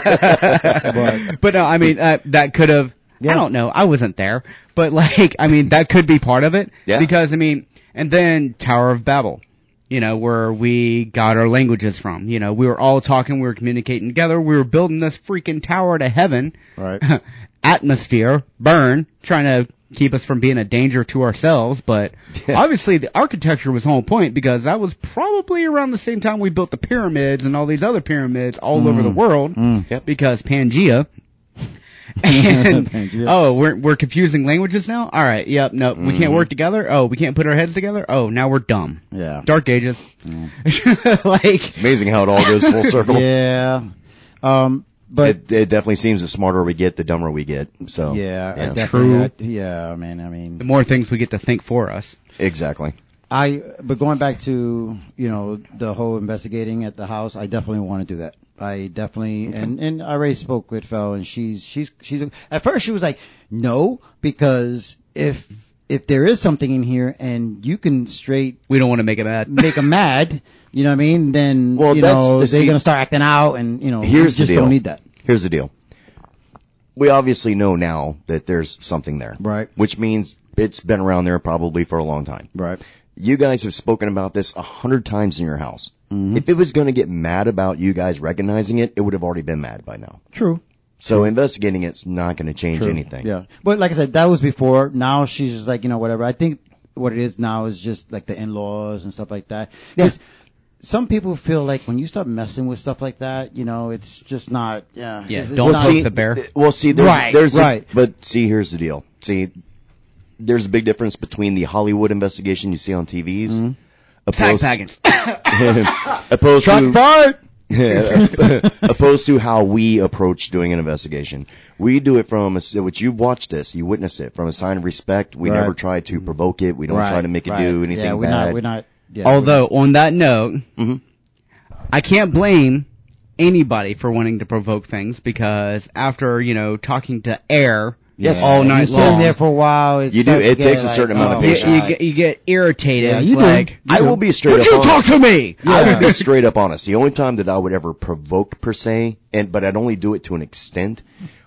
but
but no, I mean uh, that could have. I
Yeah.
don't know. I wasn't there, but like, I mean, that could be part of it.
Yeah.
Because I mean, and then Tower of Babel, you know, where we got our languages from. You know, we were all talking, we were communicating together, we were building this freaking tower to heaven.
Right.
Atmosphere burn, trying to keep us from being a danger to ourselves. But obviously, the architecture was on point because that was probably around the same time we built the pyramids and all these other pyramids all over
Mm.
the world because Pangea. And
Pangea.
oh, we're we're confusing languages now. All right, yep, nope, we
Mm-hmm.
can't work together. Oh, we can't put our heads together. Oh, now we're dumb.
yeah.
Dark Ages, like
Amazing how it all goes full circle.
Yeah. Um, but
It, it definitely seems the smarter we get, the dumber we get. So
yeah, I definitely-
True.
I- yeah, man. I mean,
the more things we get to think for us.
exactly.
I but going back to you know the whole investigating at the house, I definitely want to do that. I definitely and and I already spoke with Fel and she's she's she's at first she was like no because if if there is something in here and you can straight
We don't want to make it bad.
make them mad, you know what I mean? Then
Well,
you
that's-
know they're
see-
gonna start acting out and you know we
Here's the
just
deal.
don't need that.
Here's the deal. We obviously know now that there's something there.
Right.
Which means it's been around there probably for a long time.
Right.
You guys have spoken about this a hundred times in your house.
Mm-hmm.
If it was going to get mad about you guys recognizing it, it would have already been mad by now.
True.
So investigating it's not going to change anything.
Yeah. But like I said, that was before. Now she's just like, you know, whatever. I think what it is now is just like the in-laws and stuff like that. 'Cause Some people feel like when you start messing with stuff like that, you know, it's just not, yeah.
Yeah,
it's- it's
don't
not-
poke the bear.
th- Well, see, there's,
Right,
there's a-
right.
but see, here's the deal. See, there's a big difference between the Hollywood investigation you see on TVs,
Mm-hmm.
Tag
opposed,
Pagans.
opposed
Truck
to
fart!
opposed to how we approach doing an investigation. We do it from a, s- which you watched this, you witnessed it from a sign of respect. We
Right.
never try to provoke it. We don't try to make it
right.
do anything
Yeah, we're
bad.
not, we're not, yeah, we're
Although on that note,
Mm-hmm.
Mhm.
I can't blame anybody for wanting to provoke things because after you know talking to air
Yes.
all
Yeah,
night
you sit
long,
there for a while. It
You do.
starts
It
to
takes
get
a certain
like,
amount of
oh,
you,
patience.
you
God.
get, you get irritated.
Yeah,
It's
you do.
like,
I will be straight
Would
up
you
honest.
talk to me?
I would be straight up honest. The only time that I would ever provoke per se, and but I'd only do it to an extent,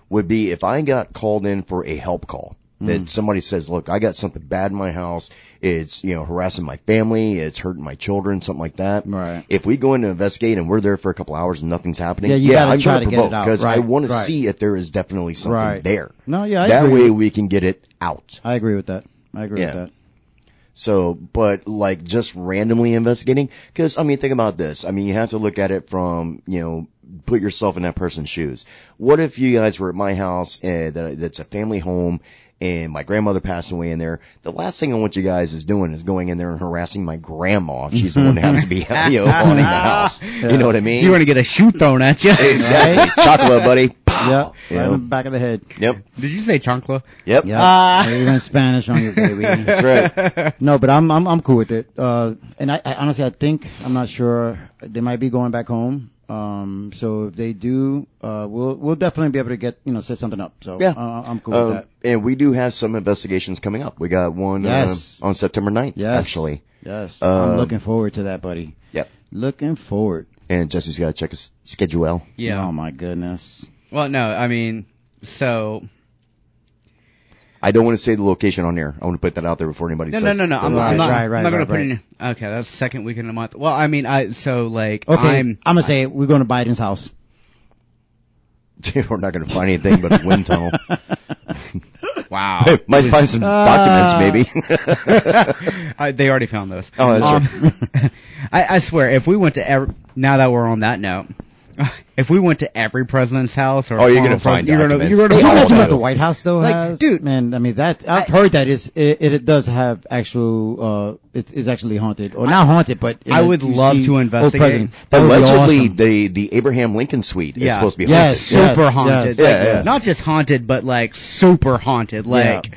would be if I got called in for a help call.
Hmm.
That somebody says, "Look, I got something bad in my house. It's you know harassing my family. It's hurting my children. Something like that."
Right.
If we go in to investigate and we're there for a couple hours and nothing's happening,
Yeah, you gotta
I'm
try
gonna
to get
provoke
it out.
because I
Right,
want to
right.
see if there is definitely something
Right.
there.
No, yeah, I
that
agree.
way we can get it out.
I agree with that. I agree
Yeah.
with that.
So, but like just randomly investigating, cause I mean, think about this. I mean, you have to look at it from, you know, put yourself in that person's shoes. What if you guys were at my house and that, that's a family home and my grandmother passed away in there? The last thing I want you guys is doing is going in there and harassing my grandma if she's the one that happens to be, you know, haunting the house. You know what I mean?
You're gonna get a shoe thrown at you.
exactly. Chocolate, buddy.
Yeah.
Pow! You
Right
know?
in the back of the head. Ah.
Yep.
Did you say chancla?
Yep.
Yeah. Or even Spanish on your baby.
That's right.
No, but I'm I'm I'm cool with it. Uh, and I, I honestly I think I'm not sure they might be going back home. Um, so if they do, uh, we'll we'll definitely be able to get you know set something up. So
Yeah.
uh, I'm cool
Um,
with that.
And we do have some investigations coming up. We got one uh,
Yes.
on September 9th,
Yes,
actually.
yes,
um,
I'm looking forward to that, buddy.
Yep.
Looking forward.
And Jesse's got to check his schedule.
Yeah.
Oh my goodness.
Well, no, I mean, so
I don't want to say the location on air. I want to put that out there before anybody
no,
says.
no, no, no. I'm,
the
Right,
I'm not.
right, right,
I'm not gonna
right,
put
right.
in. Okay, that's the second weekend of the month. Well, I mean, I so like
Okay,
I'm.
I'm, gonna say it. we're going to Biden's house.
location. We're not going to find anything but a wind tunnel.
Wow.
Oh,
Might find some
Uh,
documents, maybe.
I, they already found those.
Oh, that's
Um, I, I swear, if we went to every, now that we're on that note, if we went to every president's house or
Oh, you're
former
gonna
president-
find
you're gonna, you're
documents.
Hey,
gonna
Oh,
you
find
imagine
no.
what the White House though
Like,
has,
dude.
Man, I mean that I've heard that is it, it, it does have actual uh it's, it's actually haunted or not haunted, but
I
uh,
would
you
love
see
to
old
investigate.
presidents. That would be
Allegedly,
awesome.
the, the Abraham Lincoln suite is
Yeah.
supposed to be haunted.
Yes,
super
yes,
haunted.
yes,
like,
yes.
Not just haunted, but like super haunted. Like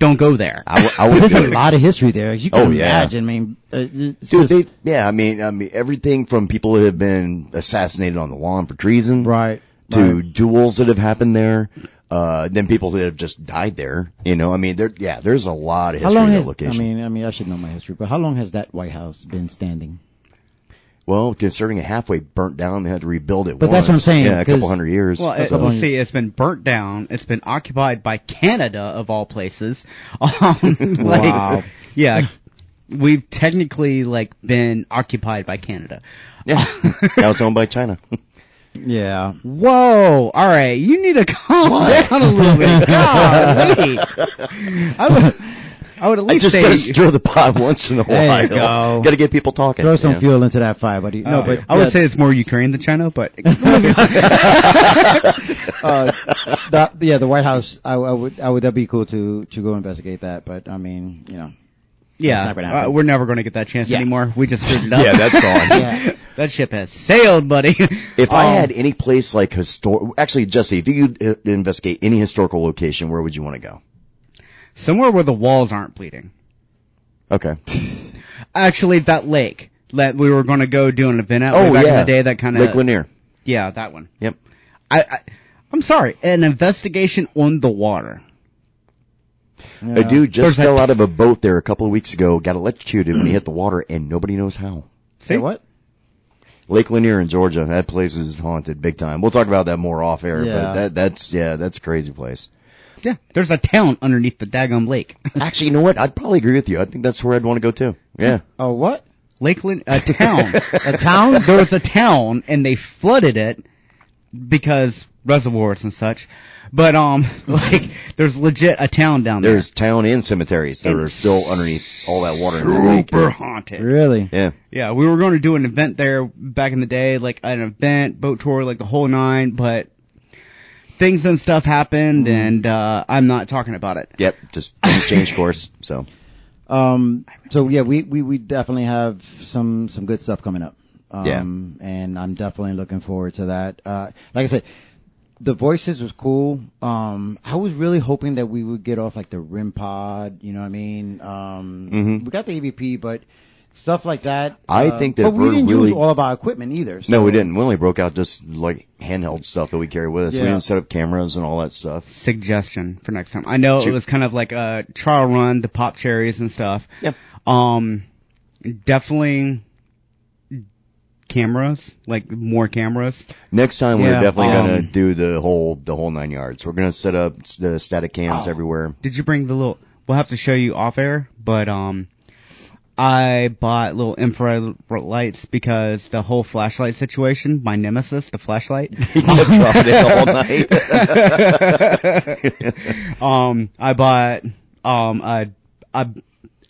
Don't go there.
I, w- I would
But there's
do
a
it.
lot of history there. You can
Oh, yeah.
imagine. I mean, uh, it's
Dude,
just-
they, yeah, I mean, I mean, everything from people that have been assassinated on the lawn for treason,
right.
to
right.
duels that have happened there, uh, then people that have just died there. You know, I mean, there, yeah, there's a lot of
How
history
long
in
has?
that
I
location.
mean, I mean, I should know my history, but how long has that White House been standing?
well, considering it halfway burnt down, they had to rebuild it.
But that's
once.
what I'm saying,
Yeah, a
'cause-
couple hundred years.
Well, it,
So-
let's see. It's been burnt down. It's been occupied by Canada of all places. Um, like,
Wow.
Yeah, we've technically like been occupied by Canada.
yeah, now it's owned by China.
Yeah.
Whoa! All right, you need to calm down a little bit. Golly. I would, I would at
I
least
just
say
gotta stir the pot once in a
There
while.
you go.
Gotta get people talking.
Throw some
yeah.
fuel into that fire, buddy.
Oh,
No,
Uh,
but
I would
yeah,
say it's more Ukraine than China, but
uh, the, yeah, the White House. I, I would, I would. That'd be cool to to go investigate that. But I mean, you know,
yeah,
not gonna happen.
uh, we're never going to get that chance
Yeah.
anymore. We just screwed it up.
Yeah, that's gone.
yeah.
that ship has sailed, buddy.
If I
Um,
had any place like histor, actually, Jesse, if you could uh, investigate any historical location, where would you want to go?
somewhere where the walls aren't bleeding.
Okay.
Actually, that lake that we were going to go do an event at way back in the day. That kind
Oh, Lake
of
Lanier.
yeah, that one.
Yep.
I, I I'm sorry, an investigation on the water.
yeah.
A dude just
There's a-
fell out of a boat there a couple of weeks ago, got electrocuted when he hit the water, and nobody knows how.
See
Say what?
Lake Lanier in Georgia, that place is haunted big time. We'll talk about that more off air,
Yeah.
but that, that's, yeah, that's a crazy place.
Yeah, there's a town underneath the daggum lake.
Actually, you know what? I'd probably agree with you. I think that's where I'd want to go too. Yeah.
Oh, what?
Lakeland, a town.
A town?
there was a town and they flooded it because reservoirs and such. But um, like there's legit a town down there.
There's town and cemeteries that
And
are still underneath all that water in the lake.
super haunted.
Really?
Yeah.
Yeah, we were going to do an event there back in the day, like an event, boat tour, like the whole nine, but things and stuff happened and uh I'm not talking about it.
Yep. Just things change course. So
Um. So yeah, we, we we definitely have some some good stuff coming up. Um, yeah. And I'm definitely looking forward to that. Uh, like I said, the voices was cool. Um, I was really hoping that we would get off like the rim pod. You know what I mean? Um,
Mhm.
we got the AVP, but stuff like that.
I
uh,
think that
but we
we're
didn't
really-
use all of our equipment either. So.
no, we didn't. We only broke out just like handheld stuff that we carry with us. We
Yeah.
didn't set up cameras and all that stuff.
Suggestion for next time. I know it
Shoot.
was kind of like a trial run to pop cherries and stuff.
Yep.
Um definitely cameras, like more cameras.
Next time
Yeah,
we're definitely gonna
um,
do the whole the whole nine yards. We're gonna set up s- the static cams
Oh.
everywhere.
Did you bring the little? We'll have to show you off air, but um, I bought little infrared lights because the whole flashlight situation, my nemesis, the flashlight.
Kept dropping it all
um,
night.
I bought um a a,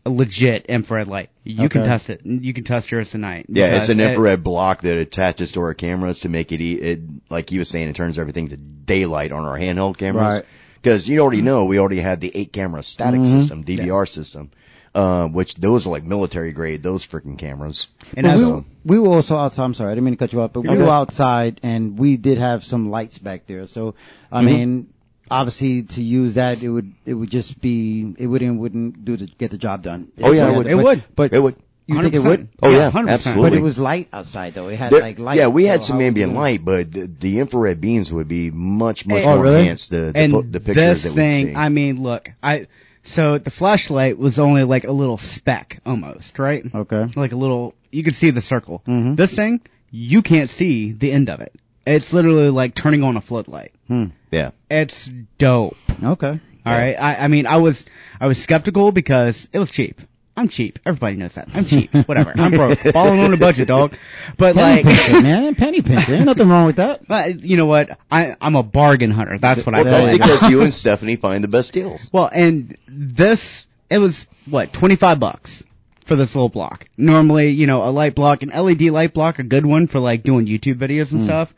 a legit infrared light. You can
Okay.
test it. You can test yours tonight.
yeah,
because
it's an
it-
infrared block that attaches to our cameras to make it, e- it like you was saying, it turns everything to daylight on our handheld cameras.
Right. Mm-hmm.
Because you already know we already had the eight camera static system, DVR system, uh, which those are like military grade. Those freaking cameras.
and
But
as,
we, were- we were also outside. I'm sorry, I didn't mean to cut you off, but we were outside and we did have some lights back there. So I
Mm-hmm.
mean, obviously to use that, it would it would just be it wouldn't wouldn't do to get the job done.
Oh, yeah, it
but-
would.
It would.
But
It would.
you think it would?
100%.
Oh, yeah,
100%.
absolutely.
But it was light outside though. It had
There-
like light.
yeah, we
so
had some
how would
ambient
you-
light, but the, the infrared beams would be much, much
Oh,
more
really?
enhanced the, the,
and
fo- the
this
pictures that we
thing,
see.
I mean, look, I so the flashlight was only like a little speck almost, right?
Okay.
like a little you could see the circle
Mm-hmm.
Mhm.
this thing you can't see the end of it it's literally like turning on a floodlight
Hmm.
yeah.
it's dope
Okay.
all right I, I mean i was i was skeptical because it was cheap i'm cheap everybody knows that i'm cheap whatever i'm broke falling on a budget dog but
Penny
like
pincher, man, penny pincher. Ain't nothing wrong with that.
but you know what i i'm a bargain hunter that's what i
Well, that's
call it
because you and Stephanie find the best deals.
well and this it was what 25 bucks for this little block normally you know a light block an led light block a good one for like doing youtube videos
Hmm.
and stuff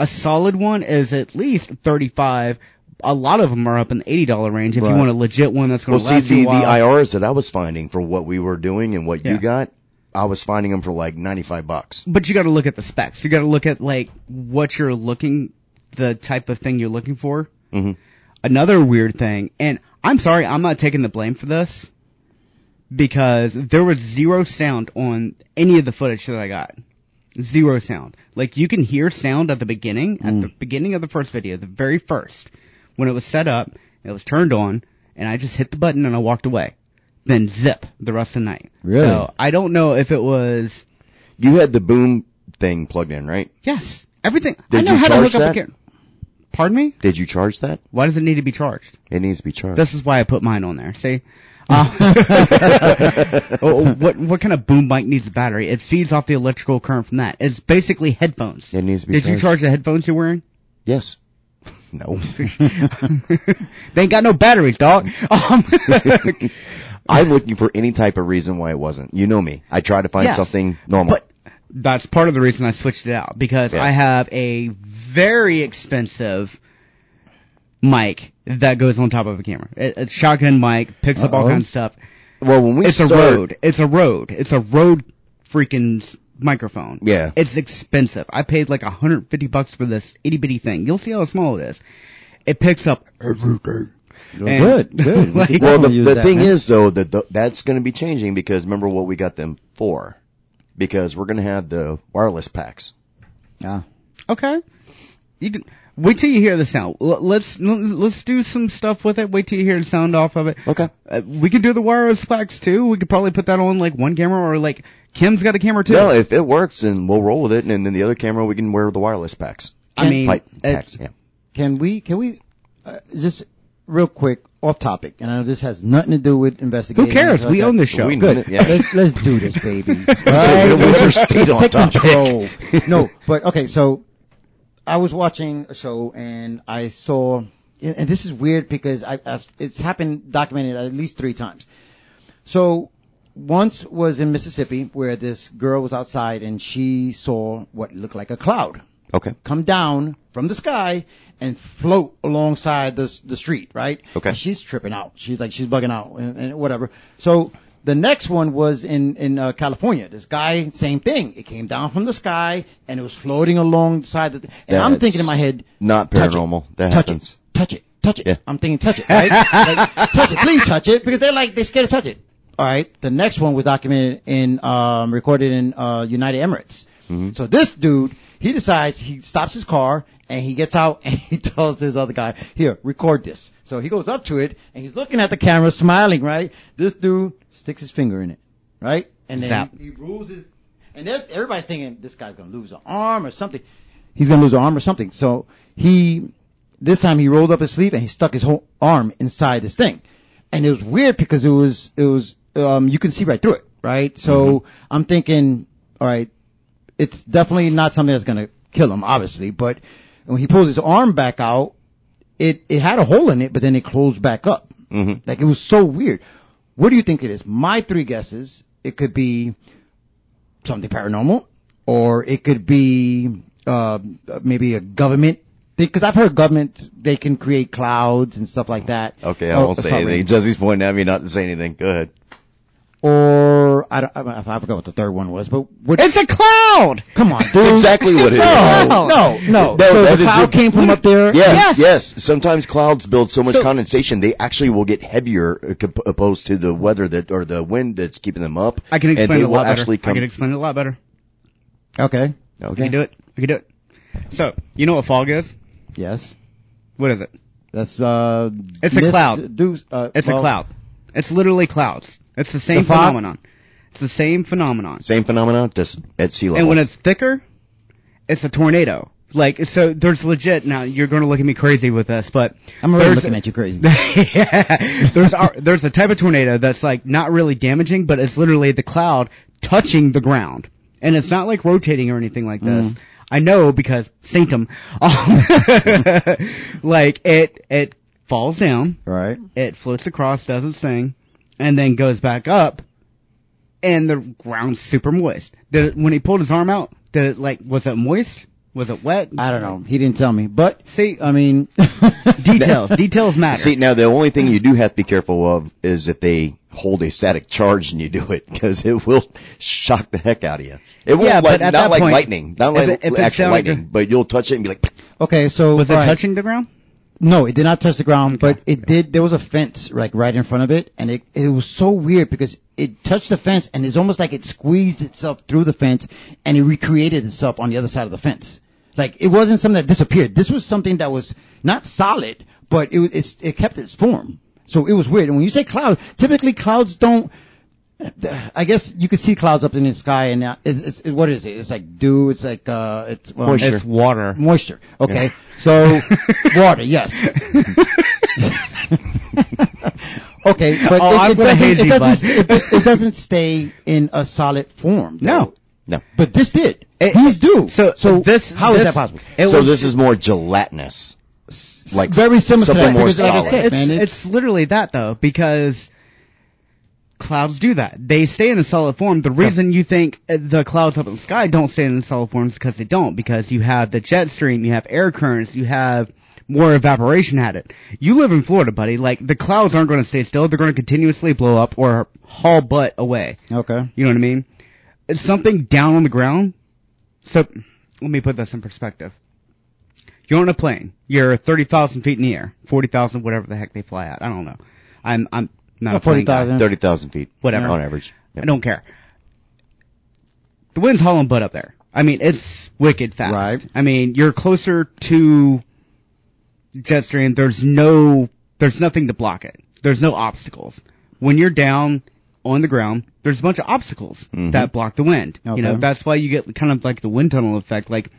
a solid one is at least 35 a lot of them are up in the $80 range if you
Right.
want a legit one that's going
Well,
to
see,
last
the,
you
the
a while
IRs that I was finding for what we were doing and what
Yeah.
you got, I was finding them for like 95 bucks.
but you got to look at the specs. You got to look at like what you're looking, the type of thing you're looking for. Mm-hmm. Another weird thing, and I'm sorry, I'm not taking the blame for this because there was zero sound on any of the footage that I got. Zero sound. Like you can hear sound at the beginning, at the beginning of the first video, the very first, when it was set up, it was turned on, and I just hit the button and I walked away. Then zip the rest of the night.
Really?
So I don't know if it was
You had the boom thing plugged in, right?
yes everything. I
Did
know
you
how to hook
charge
up a
that?
camera. Pardon me?
Did you charge that?
Why does it need to be charged?
It needs to be charged.
This is why I put mine on there. See, uh, oh, what what kind of boom mic needs a battery? It feeds off the electrical current from that. It's basically headphones.
It needs to be
Did you
charged.
charge the headphones you're wearing?
yes. no.
They ain't got no batteries, dog. Um,
I'm looking for any type of reason why it wasn't. You know me. I try to find
Yes.
something normal.
but that's part of the reason I switched it out because
Yeah.
I have a very expensive mic that goes on top of a camera. It, it's shotgun mic, picks up all
Uh-oh.
kinds of stuff.
well, when we
it's
start,
a road. It's a road. It's a road freaking s- microphone.
Yeah.
It's expensive. I paid like 150 bucks for this itty bitty thing. You'll see how small it is. It picks up everything. And-
good, good. We
Like-
could
Well, the,
definitely use
the
that,
thing
man.
is though that the, that's going to be changing because remember what we got them for? Because we're going to have the wireless packs.
Ah.
Okay. You can wait till you hear the sound. L- let's l- let's do some stuff with it. Wait till you hear the sound off of it.
Okay.
Uh, we could do the wireless flex too. We could probably put that on like one camera or like Kim's got a camera too.
No, if it works, then we'll roll with it, and then the other camera we can wear the wireless packs.
I mean, uh,
Pipe
it-
packs. Yeah.
Can we? Can we? Uh, just real quick, off topic, and I know this has nothing to do with investigating.
Who cares?
Like
We
that.
own this show.
We know.
Good.
Yeah.
Let's let's do this, baby. Right?
we'll never
Let's
stay
let's
on
take
topic.
control. No, but okay. So I was watching a show and I saw, and and this is weird because I, I've, it's happened documented at least three times. So once was in Mississippi where this girl was outside and she saw what looked like a cloud
Okay.
come down from the sky and float alongside the the street, right?
Okay.
And she's tripping out. She's like she's bugging out and, and whatever. So the next one was in in uh, California. This guy, same thing. It came down from the sky and it was floating alongside the. And I'm
That's
thinking in my head,
Not
touch it,
paranormal. That
touch
happens.
It. Touch it, touch it.
Yeah.
I'm thinking, touch it, right? like, touch it, please touch it, because they're like they're scared to touch it. All right. The next one was documented in, um, recorded in uh, United Emirates. So this dude, he decides he stops his car and he gets out and he tells this other guy, "Here, record this." So he goes up to it and he's looking at the camera, smiling. Right. This dude sticks his finger in it. Right. And then
Zap.
he, he rules his. And they're- everybody's thinking this guy's gonna lose an arm or something. He's gonna lose an arm or something. So he this time he rolled up his sleeve and he stuck his whole arm inside this thing. And it was weird because it was, it was, um, you can see right through it, right? So I'm thinking, all right, it's definitely not something that's going to kill him, obviously, but when he pulls his arm back out, it, it had a hole in it, but then it closed back up. Mm-hmm. Like it was so weird. What do you think it is? My three guesses, it could be something paranormal, or it could be uh, maybe a government. Because I've heard government, they can create clouds and stuff like that.
Okay, I
Oh,
Or-
won't say
sorry.
anything. Jesse's pointing at me not to say anything. Go ahead.
Or I don't, I, I forgot what the third one was, but what,
It's a cloud.
come on, dude.
That's exactly what it is.
No, no, no. so
that is
the cloud
it.
came from up there.
Yes, yes, Sometimes clouds build so much
So-
condensation they actually will get heavier uh, comp- opposed to the weather that or the wind that's keeping them up.
I can
and
explain
they
it a
will
lot better.
actually
I
come.
can explain it a lot better.
Okay.
I can do it. I can do it. So you know what fog is?
Yes.
What is it?
That's uh.
It's a
mist-
cloud.
dews- uh,
It's
well,
a cloud. It's literally clouds. It's the same
The fog?
phenomenon. It's the same phenomenon.
Same phenomenon, just at sea level.
And when it's thicker, it's a tornado. Like so, there's legit. Now you're going to look at me crazy with this, but
I'm already
there's-
looking at you crazy.
yeah, there's ar- there's a type of tornado that's like not really damaging, but it's literally the cloud touching the ground, and it's not like rotating or anything like this. I know because sanctum, um, like it it falls down,
right.
it floats across, does its thing, and then goes back up, and the ground's super moist. Did it, when he pulled his arm out, did it like was it moist? Was it wet?
I don't know. He didn't tell me, but um,
See,
I mean,
details, details matter.
See, now the only thing you do have to be careful of is if they hold a static charge and you do it, because it will shock the heck out of you. It won't
Yeah,
like,
but at
not
that
like
point,
lightning, not
if
like
it- if it
actual
sounded-
lightning, but you'll touch it and be like,
okay. So
was it
all right.
touching the ground?
No, it did not touch the ground, but it did. There was a fence like right in front of it, and it it was so weird because it touched the fence, and it's almost like it squeezed itself through the fence, and it recreated itself on the other side of the fence. Like it wasn't something that disappeared. This was something that was not solid, but it was- it's it kept its form. So it was weird. And when you say cloud, typically clouds don't. I guess you could see clouds up in the sky, and uh, it's, it's what is it? It's like dew. It's like uh, it's well,
Moisture.
It's water.
moisture. Okay. So water, yes. okay, but
Oh, I'm
it,
gonna
it, doesn't,
hate
it,
you,
doesn't,
bud.
it, it doesn't stay in a solid form. though.
No.
No.
But this did.
It-
These do.
So, uh, this
how is
this-
that possible?
It
so
was-
this is more gelatinous. Like
very similar to
something
that,
more
because like I
solid.
said,
it's,
man,
it's literally that though, because clouds do that. They stay in a solid form. The reason you think uh, the clouds up in the sky don't stay in a solid form is because they don't, because you have the jet stream, you have air currents, you have more evaporation at it. You live in Florida, buddy. Like the clouds aren't going to stay still. They're going to continuously blow up or haul butt away.
Okay.
You know what I mean? It's something down on the ground. So let me put this in perspective. You're on a plane. You're 30,000 feet in the air. 40,000, whatever the heck they fly at. I don't know. I'm, I'm
Oh,
not a plane guy.
40,000.
thirty thousand feet,
Whatever.
on average. Yeah.
I don't care. The wind's hauling butt up there. I mean, it's wicked fast.
Right.
I mean, you're closer to jet stream. There's no, there's nothing to block it. There's no obstacles. When you're down on the ground, there's a bunch of obstacles that block the wind. You know,
Mm-hmm. Okay.
that's why you get kind of like the wind tunnel effect. Like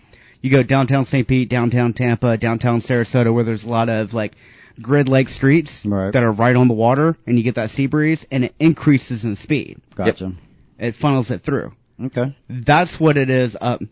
you go downtown St. Pete, downtown Tampa, downtown Sarasota, where there's a lot of like grid-like streets
Right.
that are right on the water and you get that sea breeze and it increases in speed
Gotcha.
it funnels it through.
Okay.
That's what it is up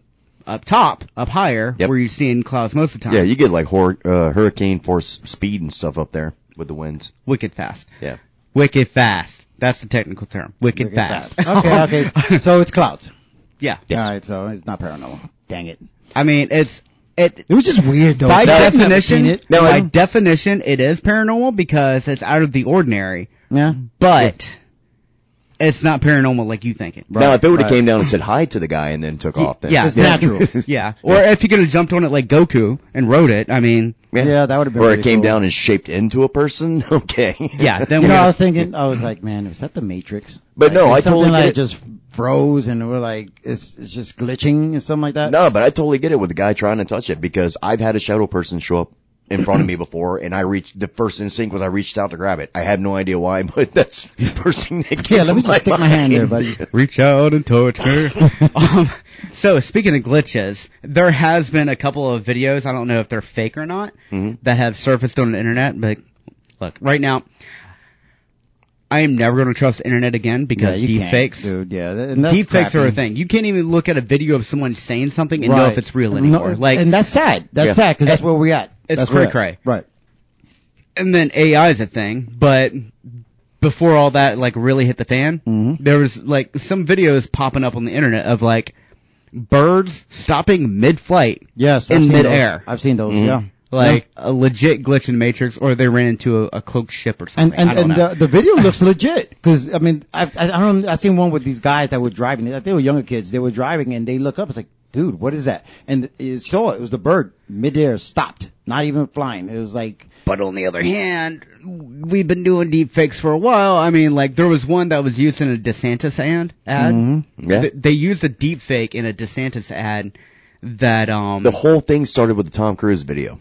up top, up higher,
Yep.
where you're seeing clouds most of the time.
Yeah, you get like hor- uh, hurricane force speed and stuff up there with the winds.
wicked fast.
Yeah.
Wicked fast. That's the technical term. Wicked, fast.
okay, okay. So it's clouds.
yeah.
All right, so it's not paranormal. Dang it.
I mean, it's it
It was just weird,
Oh,
though.
by
That- I've never
definition.
seen it.
by
Yeah.
definition, it is paranormal because it's out of the ordinary,
yeah.
but it's not paranormal like you think it.
now, if it would have
right.
came down and said hi to the guy and then took off, then
yeah.
It's natural.
Yeah. Or if you could have jumped on it like Goku and rode it, I mean,
Yeah, that would have been
Or it
really
came
cool.
down and shaped into a person. Okay.
yeah. Then
You
we
know, I
gotta-
was thinking, I was like, man, is that the Matrix?
But
Like,
no,
is
I
something
totally
like
get it.
just froze and we're like, it's it's just glitching and something like that.
No, but I totally get it with the guy trying to touch it because I've had a shadow person show up in front of me before and I reached, the first instinct was I reached out to grab it. I have no idea why, but that's the first thing that came
Yeah, let me
to
just stick my hand there,
mind.
buddy.
Reach out and touch me. um, so speaking of glitches, there has been a couple of videos. I don't know if they're fake or not
Mm-hmm.
that have surfaced on the internet. But look, right now, I am never going to trust the internet again
Yeah,
because
you
deep
can't,
fakes,
dude. Yeah, th- and that's
deep fakes are a
crappy.
thing. You can't even look at a video of someone saying something and know
Right.
if it's real
No,
anymore. like,
and that's sad. That's
Yeah.
sad because that's where we're at.
It's
That's where we're
cray-cray.
at. Right.
and then AI is a thing, but before all that like really hit the fan,
Mm-hmm.
there was like some videos popping up on the internet of like birds stopping mid-flight.
Yes. I've
in
seen those.
midair, Mm-hmm.
I've seen those. Yeah.
like a legit glitch in the Matrix, or they ran into a, a cloaked ship or
And
something.
and,
I don't
and
know.
the, the video looks legit because I mean I've, I I don't I seen one with these guys that were driving. I think They were younger kids. They were driving and they look up. It's like, dude, what is that? And it saw it, it was the bird midair stopped, not even flying. It was like
But on the other hand, we've been doing deep fakes for a while. I mean, like there was one that was used in a DeSantis ad. ad.
Mm-hmm.
Yeah.
Th- they used a deep fake in a DeSantis ad that um
The whole thing started with the Tom Cruise video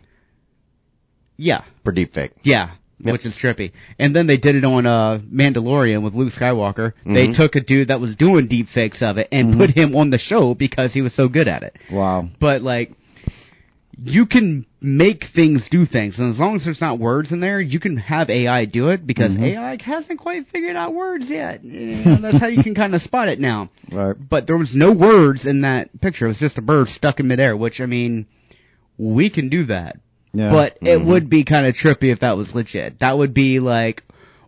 yeah
for deepfake.
yeah. Which is trippy. And then they did it on uh Mandalorian with Luke Skywalker. They took a dude that was doing deep fakes of it and put him on the show because he was so good at it.
wow.
but like you can make things do things and as long as there's not words in there you can have ai do it because ai hasn't quite figured out words yet Yeah, that's how you can kind of spot it now
Right.
but there was no words in that picture it was just a bird stuck in midair which i mean we can do that
Yeah.
but it would be kind of trippy if that was legit that would be like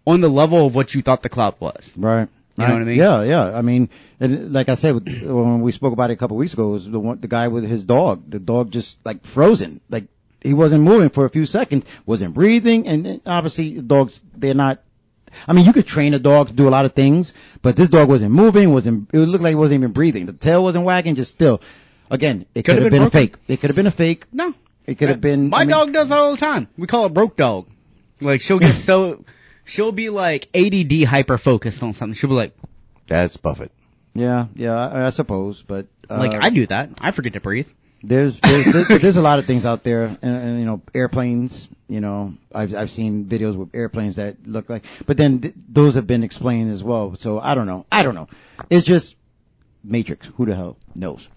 on the level of what you thought the cloud was
Right.
You know
Right.
what I mean?
Yeah, yeah. I mean, and like I said, with- when we spoke about it a couple weeks ago, it was the one, the guy with his dog. The dog just like frozen, like he wasn't moving for a few seconds, wasn't breathing, and then obviously dogs they're not. I mean, you could train a dog to do a lot of things, but this dog wasn't moving, wasn't. It looked like it wasn't even breathing. The tail wasn't wagging, just still. Again, it could have
been
been, a
broken.
fake. It could have been a fake.
no
It could have been
My
I mean,
dog does that all the time. We call it broke dog. Like she'll get so she'll be like ADD hyper focused on something. She'll be like,
That's Buffett.
Yeah, yeah, I, I suppose, but uh,
like I do that. I forget to breathe.
There's there's, there's there's a lot of things out there, and, and you know airplanes. You know, I've I've seen videos with airplanes that look like, but then th- those have been explained as well. So I don't know. I don't know. It's just Matrix. Who the hell knows?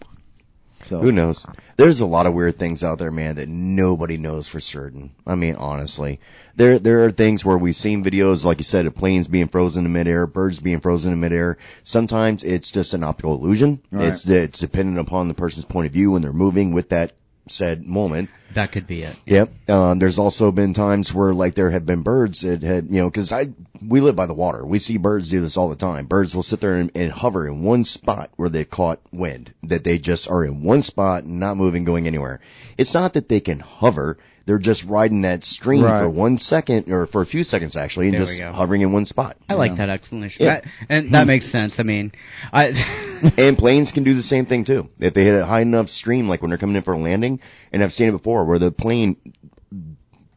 So
Who knows? There's a lot of weird things out there, man, that nobody knows for certain. I mean, honestly, there there are things where we've seen videos, like you said, of planes being frozen in midair, birds being frozen in midair. Sometimes it's just an optical illusion.
Right.
It's it's dependent upon the person's point of view when they're moving with that said moment.
That could be it.
Yep. Um, there's also been times where like there have been birds that had, you know, cause I, we live by the water. We see birds do this all the time. Birds will sit there and, and hover in one spot where they caught wind, that they just are in one spot, not moving, going anywhere. It's not that they can hover. They're just riding that stream
Right.
for one second or for a few seconds actually and
There we
just
go.
hovering in one spot.
I like that explanation.
Yeah.
That, and that makes sense. I mean, I
And planes can do the same thing too. If they hit a high enough stream, like when they're coming in for a landing, and I've seen it before where the plane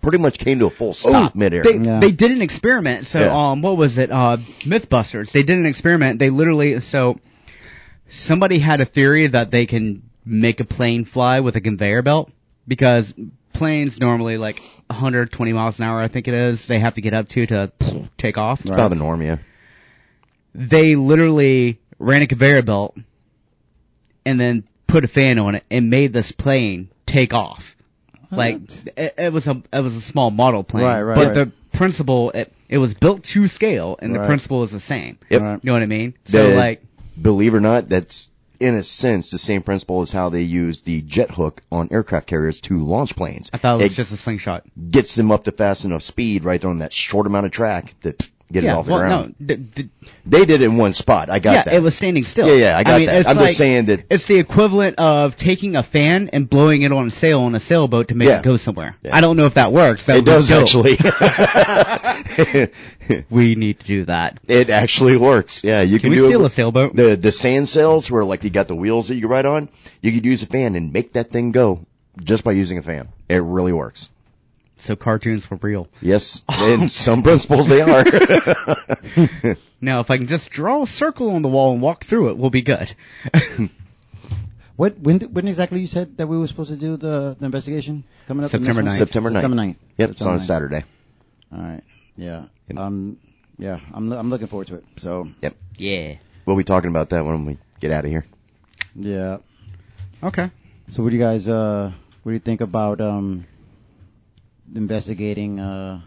pretty much came to a full stop midair.
Oh, They,
Yeah.
they did an experiment. So,
Yeah.
um, what was it? Uh, MythBusters. They did an experiment. They literally, so somebody had a theory that they can make a plane fly with a conveyor belt because planes normally like 120 miles an hour, I think it is, they have to get up to to take off.
It's about the norm, yeah.
They literally ran a conveyor belt and then put a fan on it and made this plane take off. Like it, it was a it was a small model plane,
Right, right,
but
right.
the principle it, it was built to scale, and the
Right.
principle is the same.
Yep.
Right.
You know what I mean? So
The-
like,
believe it or not, that's in a sense the same principle as how they use the jet hook on aircraft carriers to launch planes.
I thought it was
it
just a slingshot.
gets them up to fast enough speed right there on that short amount of track that get it
yeah,
off the
well,
ground.
no, d- d-
They did it in one spot. I got
yeah,
that.
it was standing still.
Yeah, yeah, I got
mean,
that.
it's
I'm
like-
just saying that.
it's the equivalent of taking a fan and blowing it on a sail on a sailboat to make
Yeah.
it go somewhere.
Yeah.
I don't know if that works. That
It
would be
does
dope.
actually.
We need to do that.
it actually works. Yeah, you can,
Can we
do it
steal
with-
a sailboat?
The the sand sails where like you got the wheels that you ride on, you could use a fan and make that thing go just by using a fan. It really works.
So cartoons were real.
Yes, in some principles they are.
Now, if I can just draw a circle on the wall and walk through it, we'll be good.
what when when exactly you said that we were supposed to do the, the investigation coming up the
September
next one?
9th.
September 9th.
September 9th.
Yep, it's on a
September 9th.
Saturday.
All right. Yeah. Um. Yeah. I'm I'm looking forward to it. So
Yep.
yeah.
We'll be talking about that when we get out of here.
yeah.
Okay.
So what do you guys uh what do you think about um investigating uh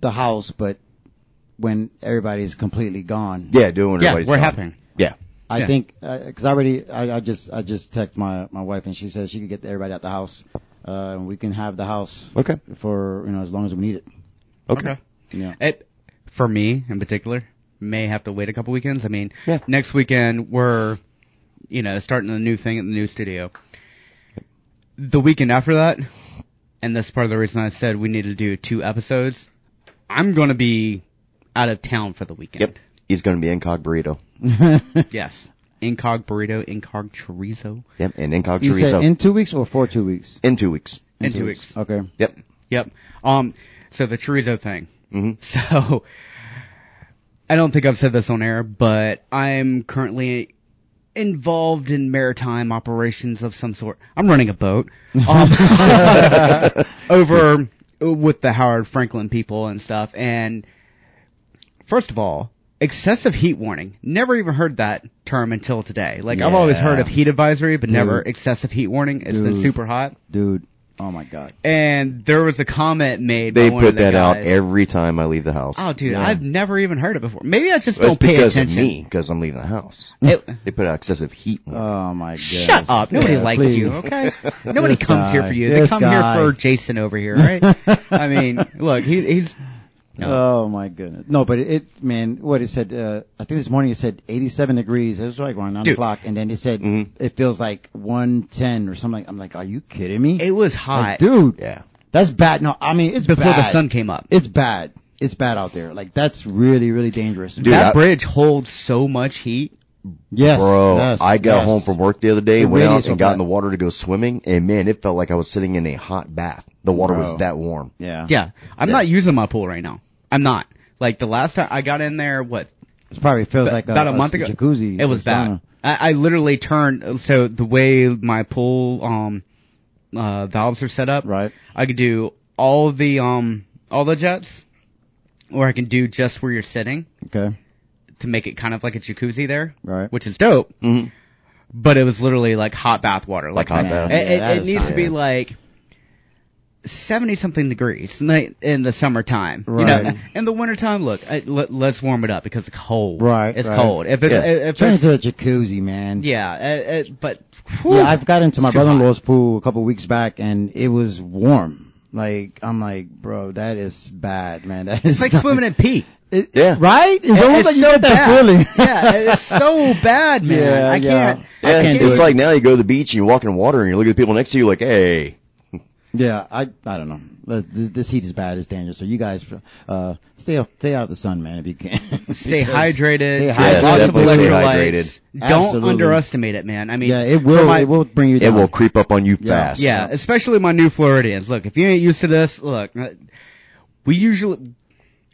the house but when everybody's completely gone.
Yeah, do it when
Yeah,
everybody's
we're
gone.
happening.
Yeah.
I
Yeah.
think uh 'cause I already I, I just I just text my my wife and she said she could get everybody out the house uh and we can have the house
Okay.
for you know as long as we need it.
Okay.
Yeah.
It, for me in particular, may have to wait a couple weekends. I mean,
Yeah.
next weekend we're, you know, starting a new thing at the new studio. The weekend after that, and that's part of the reason I said we need to do two episodes. I'm going to be out of town for the
Yep.
weekend.
He's going to be incog burrito.
Yes. Incog burrito, incog chorizo.
Yep. And incog
You
chorizo
said in two weeks or for two weeks?
in two weeks.
In two weeks.
Okay.
Yep.
Yep. Um, so the chorizo thing.
Mm-hmm.
Mhm.
So, I don't think I've said this on air, but I'm currently involved in maritime operations of some sort. I'm running a boat um, over with the Howard Franklin people and stuff. And first of all, excessive heat warning. Never even heard that term until today. Like I've always
Yeah.
heard of heat advisory, but never
Dude.
excessive heat warning. It's been
Dude.
super hot
Dude. Oh my god.
and there was a comment made. by
They
one of
put
the
that out
guys.
every time I leave the house.
Oh, dude,
Yeah.
I've never even heard it before. Maybe I just
That's
don't pay
because
attention.
of me, because I'm leaving the house.
It- Uh,
They put out excessive heat. warning.
Oh my god.
shut up! Nobody
Yeah,
likes
please.
you. Okay, nobody
This
comes here
guy.
for you. they
This
come
guy.
here for Jason over here, right? I mean, look, he, he's
Oh my goodness. No, but it, it man, what it said, uh, I think this morning it said 87 degrees. It was like around 9
Dude. Mm-hmm.
o'clock. And then it said, it feels like 110 or something. I'm like, are you kidding me?
it was
Like,
hot
dude,
yeah.
that's bad. No, I mean, it's
before
bad.
the sun came up.
It's bad. It's bad out there. Like, that's really, really dangerous.
Dude,
that
I-
bridge holds so much heat.
Yes,
Bro,
yes,
I got
yes.
home from work the other day,
The
went out
radius
and
of
got
that.
in the water to go swimming, and man, it felt like I was sitting in a hot bath. The water was
Bro.
that warm.
Yeah,
Yeah, I'm
Yeah.
not using my pool right now. I'm not. Like the last time I got in there, what
It's probably feels like uh, a,
about a, month ago,
Jacuzzi.
It was
sauna.
bad. I, I literally turned. So the way my pool um uh valves are set up,
Right.
I could do all the um all the jets, or I can do just where you're sitting
Okay,
to make it kind of like a jacuzzi there,
Right.
Which is dope.
Mhm.
But it was literally like hot bath water,
Like hot
man,
bath.
it, it-
that
it
is
needs
not-
to be
yeah.
like seventy something degrees in the, in the summertime. You know,
Right.
in the wintertime, look, I, let, us warm it up because it's cold.
Right,
It's
right.
cold. If it's,
Yeah.
if
turn
it's
into a jacuzzi, man.
yeah, uh, uh, but
Yeah, I've got into my
It's too hot.
brother-in-law's pool a couple weeks back, and it was warm. Like I'm like, bro, that is bad, man. That is
it's like
not-
swimming in pee.
It-
Yeah.
right. It's almost like you
so
get that
bad.
feeling.
yeah, it- it's so bad, man.
Yeah,
I
yeah.
can't.
Yeah,
I can't do
it's
it.
like now you go to the beach and you walk in water and you look at the people next to you like, hey,
Yeah, I I don't know. Th- th- This heat is bad. It's dangerous. So you guys, uh, stay off, stay out of the sun, man, if you can.
Stay
Because-
hydrated.
Stay
hydrated.
Lots of
definitely stay
electrolytes.
hydrated.
Don't
Absolutely.
underestimate it, man. I mean,
Yeah, it
for
will.
my-
it will bring you
it
down.
will creep up on you fast.
Yeah, especially my new Floridians. Look, if you ain't used to this, look, uh, we usually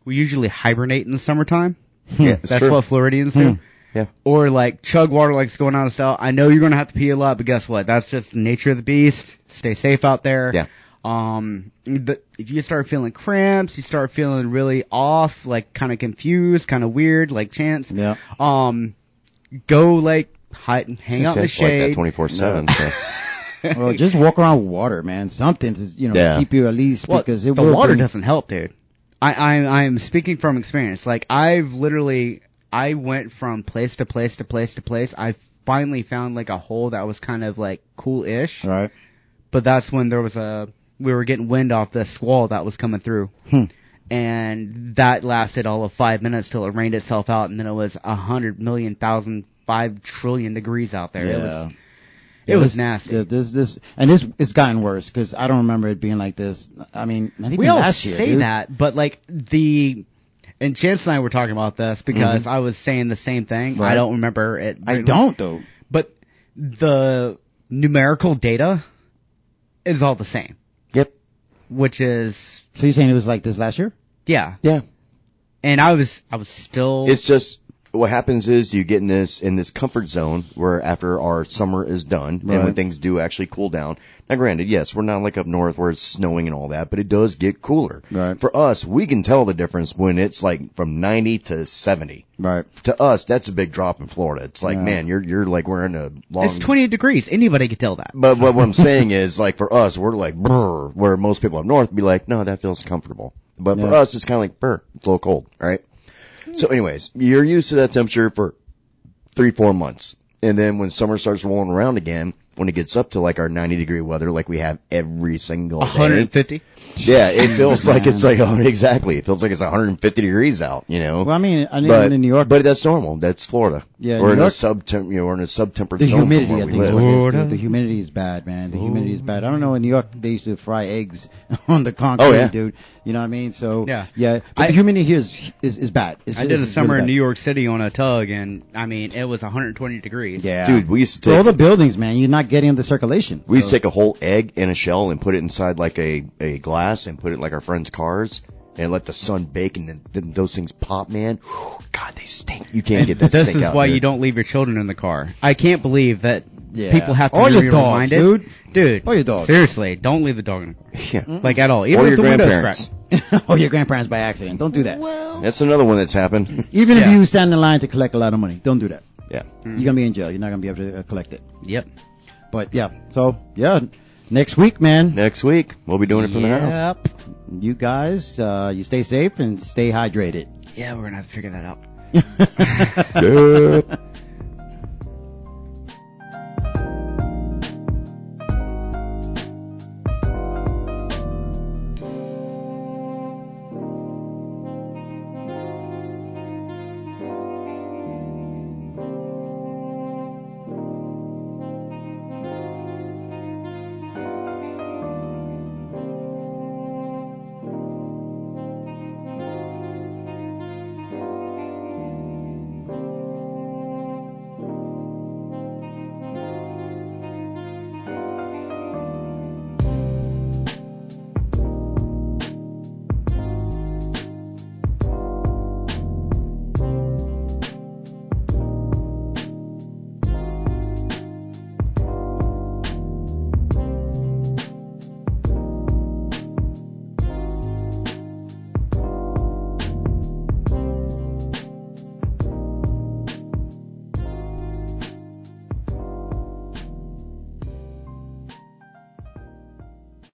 we usually hibernate in the summertime.
Hmm.
Yeah, it's
That's
true.
what Floridians do.
Yeah.
Or like chug water like it's going out of style. I know you're gonna have to pee a lot, but guess what? That's just the nature of the beast. Stay safe out there.
Yeah.
Um, but if you start feeling cramps, you start feeling really off, like kind of confused, kind of weird, like chance.
Yeah.
Um, go like hide, hang out in the
It's like that
shade.
24 7.
Well, just walk around with water, man. Something to you know
Yeah.
keep you at least
Well,
because it
the
will
water
bring-
doesn't help, dude. I, I I'm speaking from experience. Like I've literally I went from place to place to place to place. I finally found like a hole that was kind of like cool-ish,
Right.
but that's when there was a we were getting wind off the squall that was coming through.
Hmm.
And that lasted all of five minutes till it rained itself out, and then it was a hundred million thousand five trillion degrees out there. It was it
Yeah,
was
this-
nasty.
yeah, This, this, and this, it's gotten worse because I don't remember it being like this. I mean, not even
we all
last year.
say
dude.
that, but like the and Chance and I were talking about this because I was saying the same thing. I
Mm-hmm. Right.
don't remember it.
I don't though.
But the numerical data is all the same,
yep.
which is
So you're saying it was like this last year?
yeah.
Yeah.
And I was I was still
It's just what happens is you get in this in this comfort zone where after our summer is done and when
Right.
things do actually cool down. Now, granted, yes, we're not like up north where it's snowing and all that, but it does get cooler.
Right.
For us, we can tell the difference when it's like from ninety to seventy.
Right.
To us, that's a big drop in Florida. It's like, man, you're you're like wearing a long.
it's 28 degrees. Anybody could tell that.
But what, what I'm saying is, like for us, we're like brr, where most people up north be like, no, that feels comfortable. But for
Yeah.
us, it's kind of like brr, it's a little cold, right? So, anyways, you're used to that temperature for three, four months, and then when summer starts rolling around again, when it gets up to like our 90 degree weather, like we have every single day,
150.
yeah, it feels like it's like oh, exactly, it feels like it's 150 degrees out, you know.
Well, I mean, I
but,
mean, in New York,
but that's normal. That's Florida.
Yeah,
we're
New
in a
York-
sub temp. You know, we're in a sub temperate
the
zone from
humidity,
where
I
we
think,
live.
is what it is,
Florida.
dude. The humidity is bad, man. The humidity is bad. I don't know. In New York, they used to fry eggs on the concrete,
Oh, yeah.
dude. You know what I mean? So
Yeah.
yeah. But
I-
the humidity here is is, is bad. It's,
I did a
it's
summer
really
in
bad.
New York City on a tug, and I mean it was 120 degrees.
Yeah,
Dude, we used to
For all
take
the buildings, man. You're not getting the circulation.
We used
So-
Oh.
to take a whole egg and a shell and put it inside like a, a glass and put it in like our friends' cars and let the sun bake and then, then those things pop, man. God, they stink. You can't get that
This
stink
is
out
why
here.
you don't leave your children in the car. I can't believe that
Yeah.
people have to
Or
be
your dog,
reminded.
dude.
Dude.
Or your dog.
Seriously, don't leave the dog in the car.
Yeah.
Like at all. Even
Or
if
your
the window's
grandparents.
cracked.
or your grandparents by accident. Don't do that.
That's another one that's happened.
Even
Yeah.
if you stand in line to collect a lot of money, don't do that.
yeah.
You're gonna be in jail. You're not gonna be able to uh, collect it.
Yep.
But yeah, so yeah, next week, man.
Next week, we'll be doing it from the house.
Yep. You guys, uh, you stay safe and stay hydrated.
Yeah, we're gonna have to figure that out.
Yep.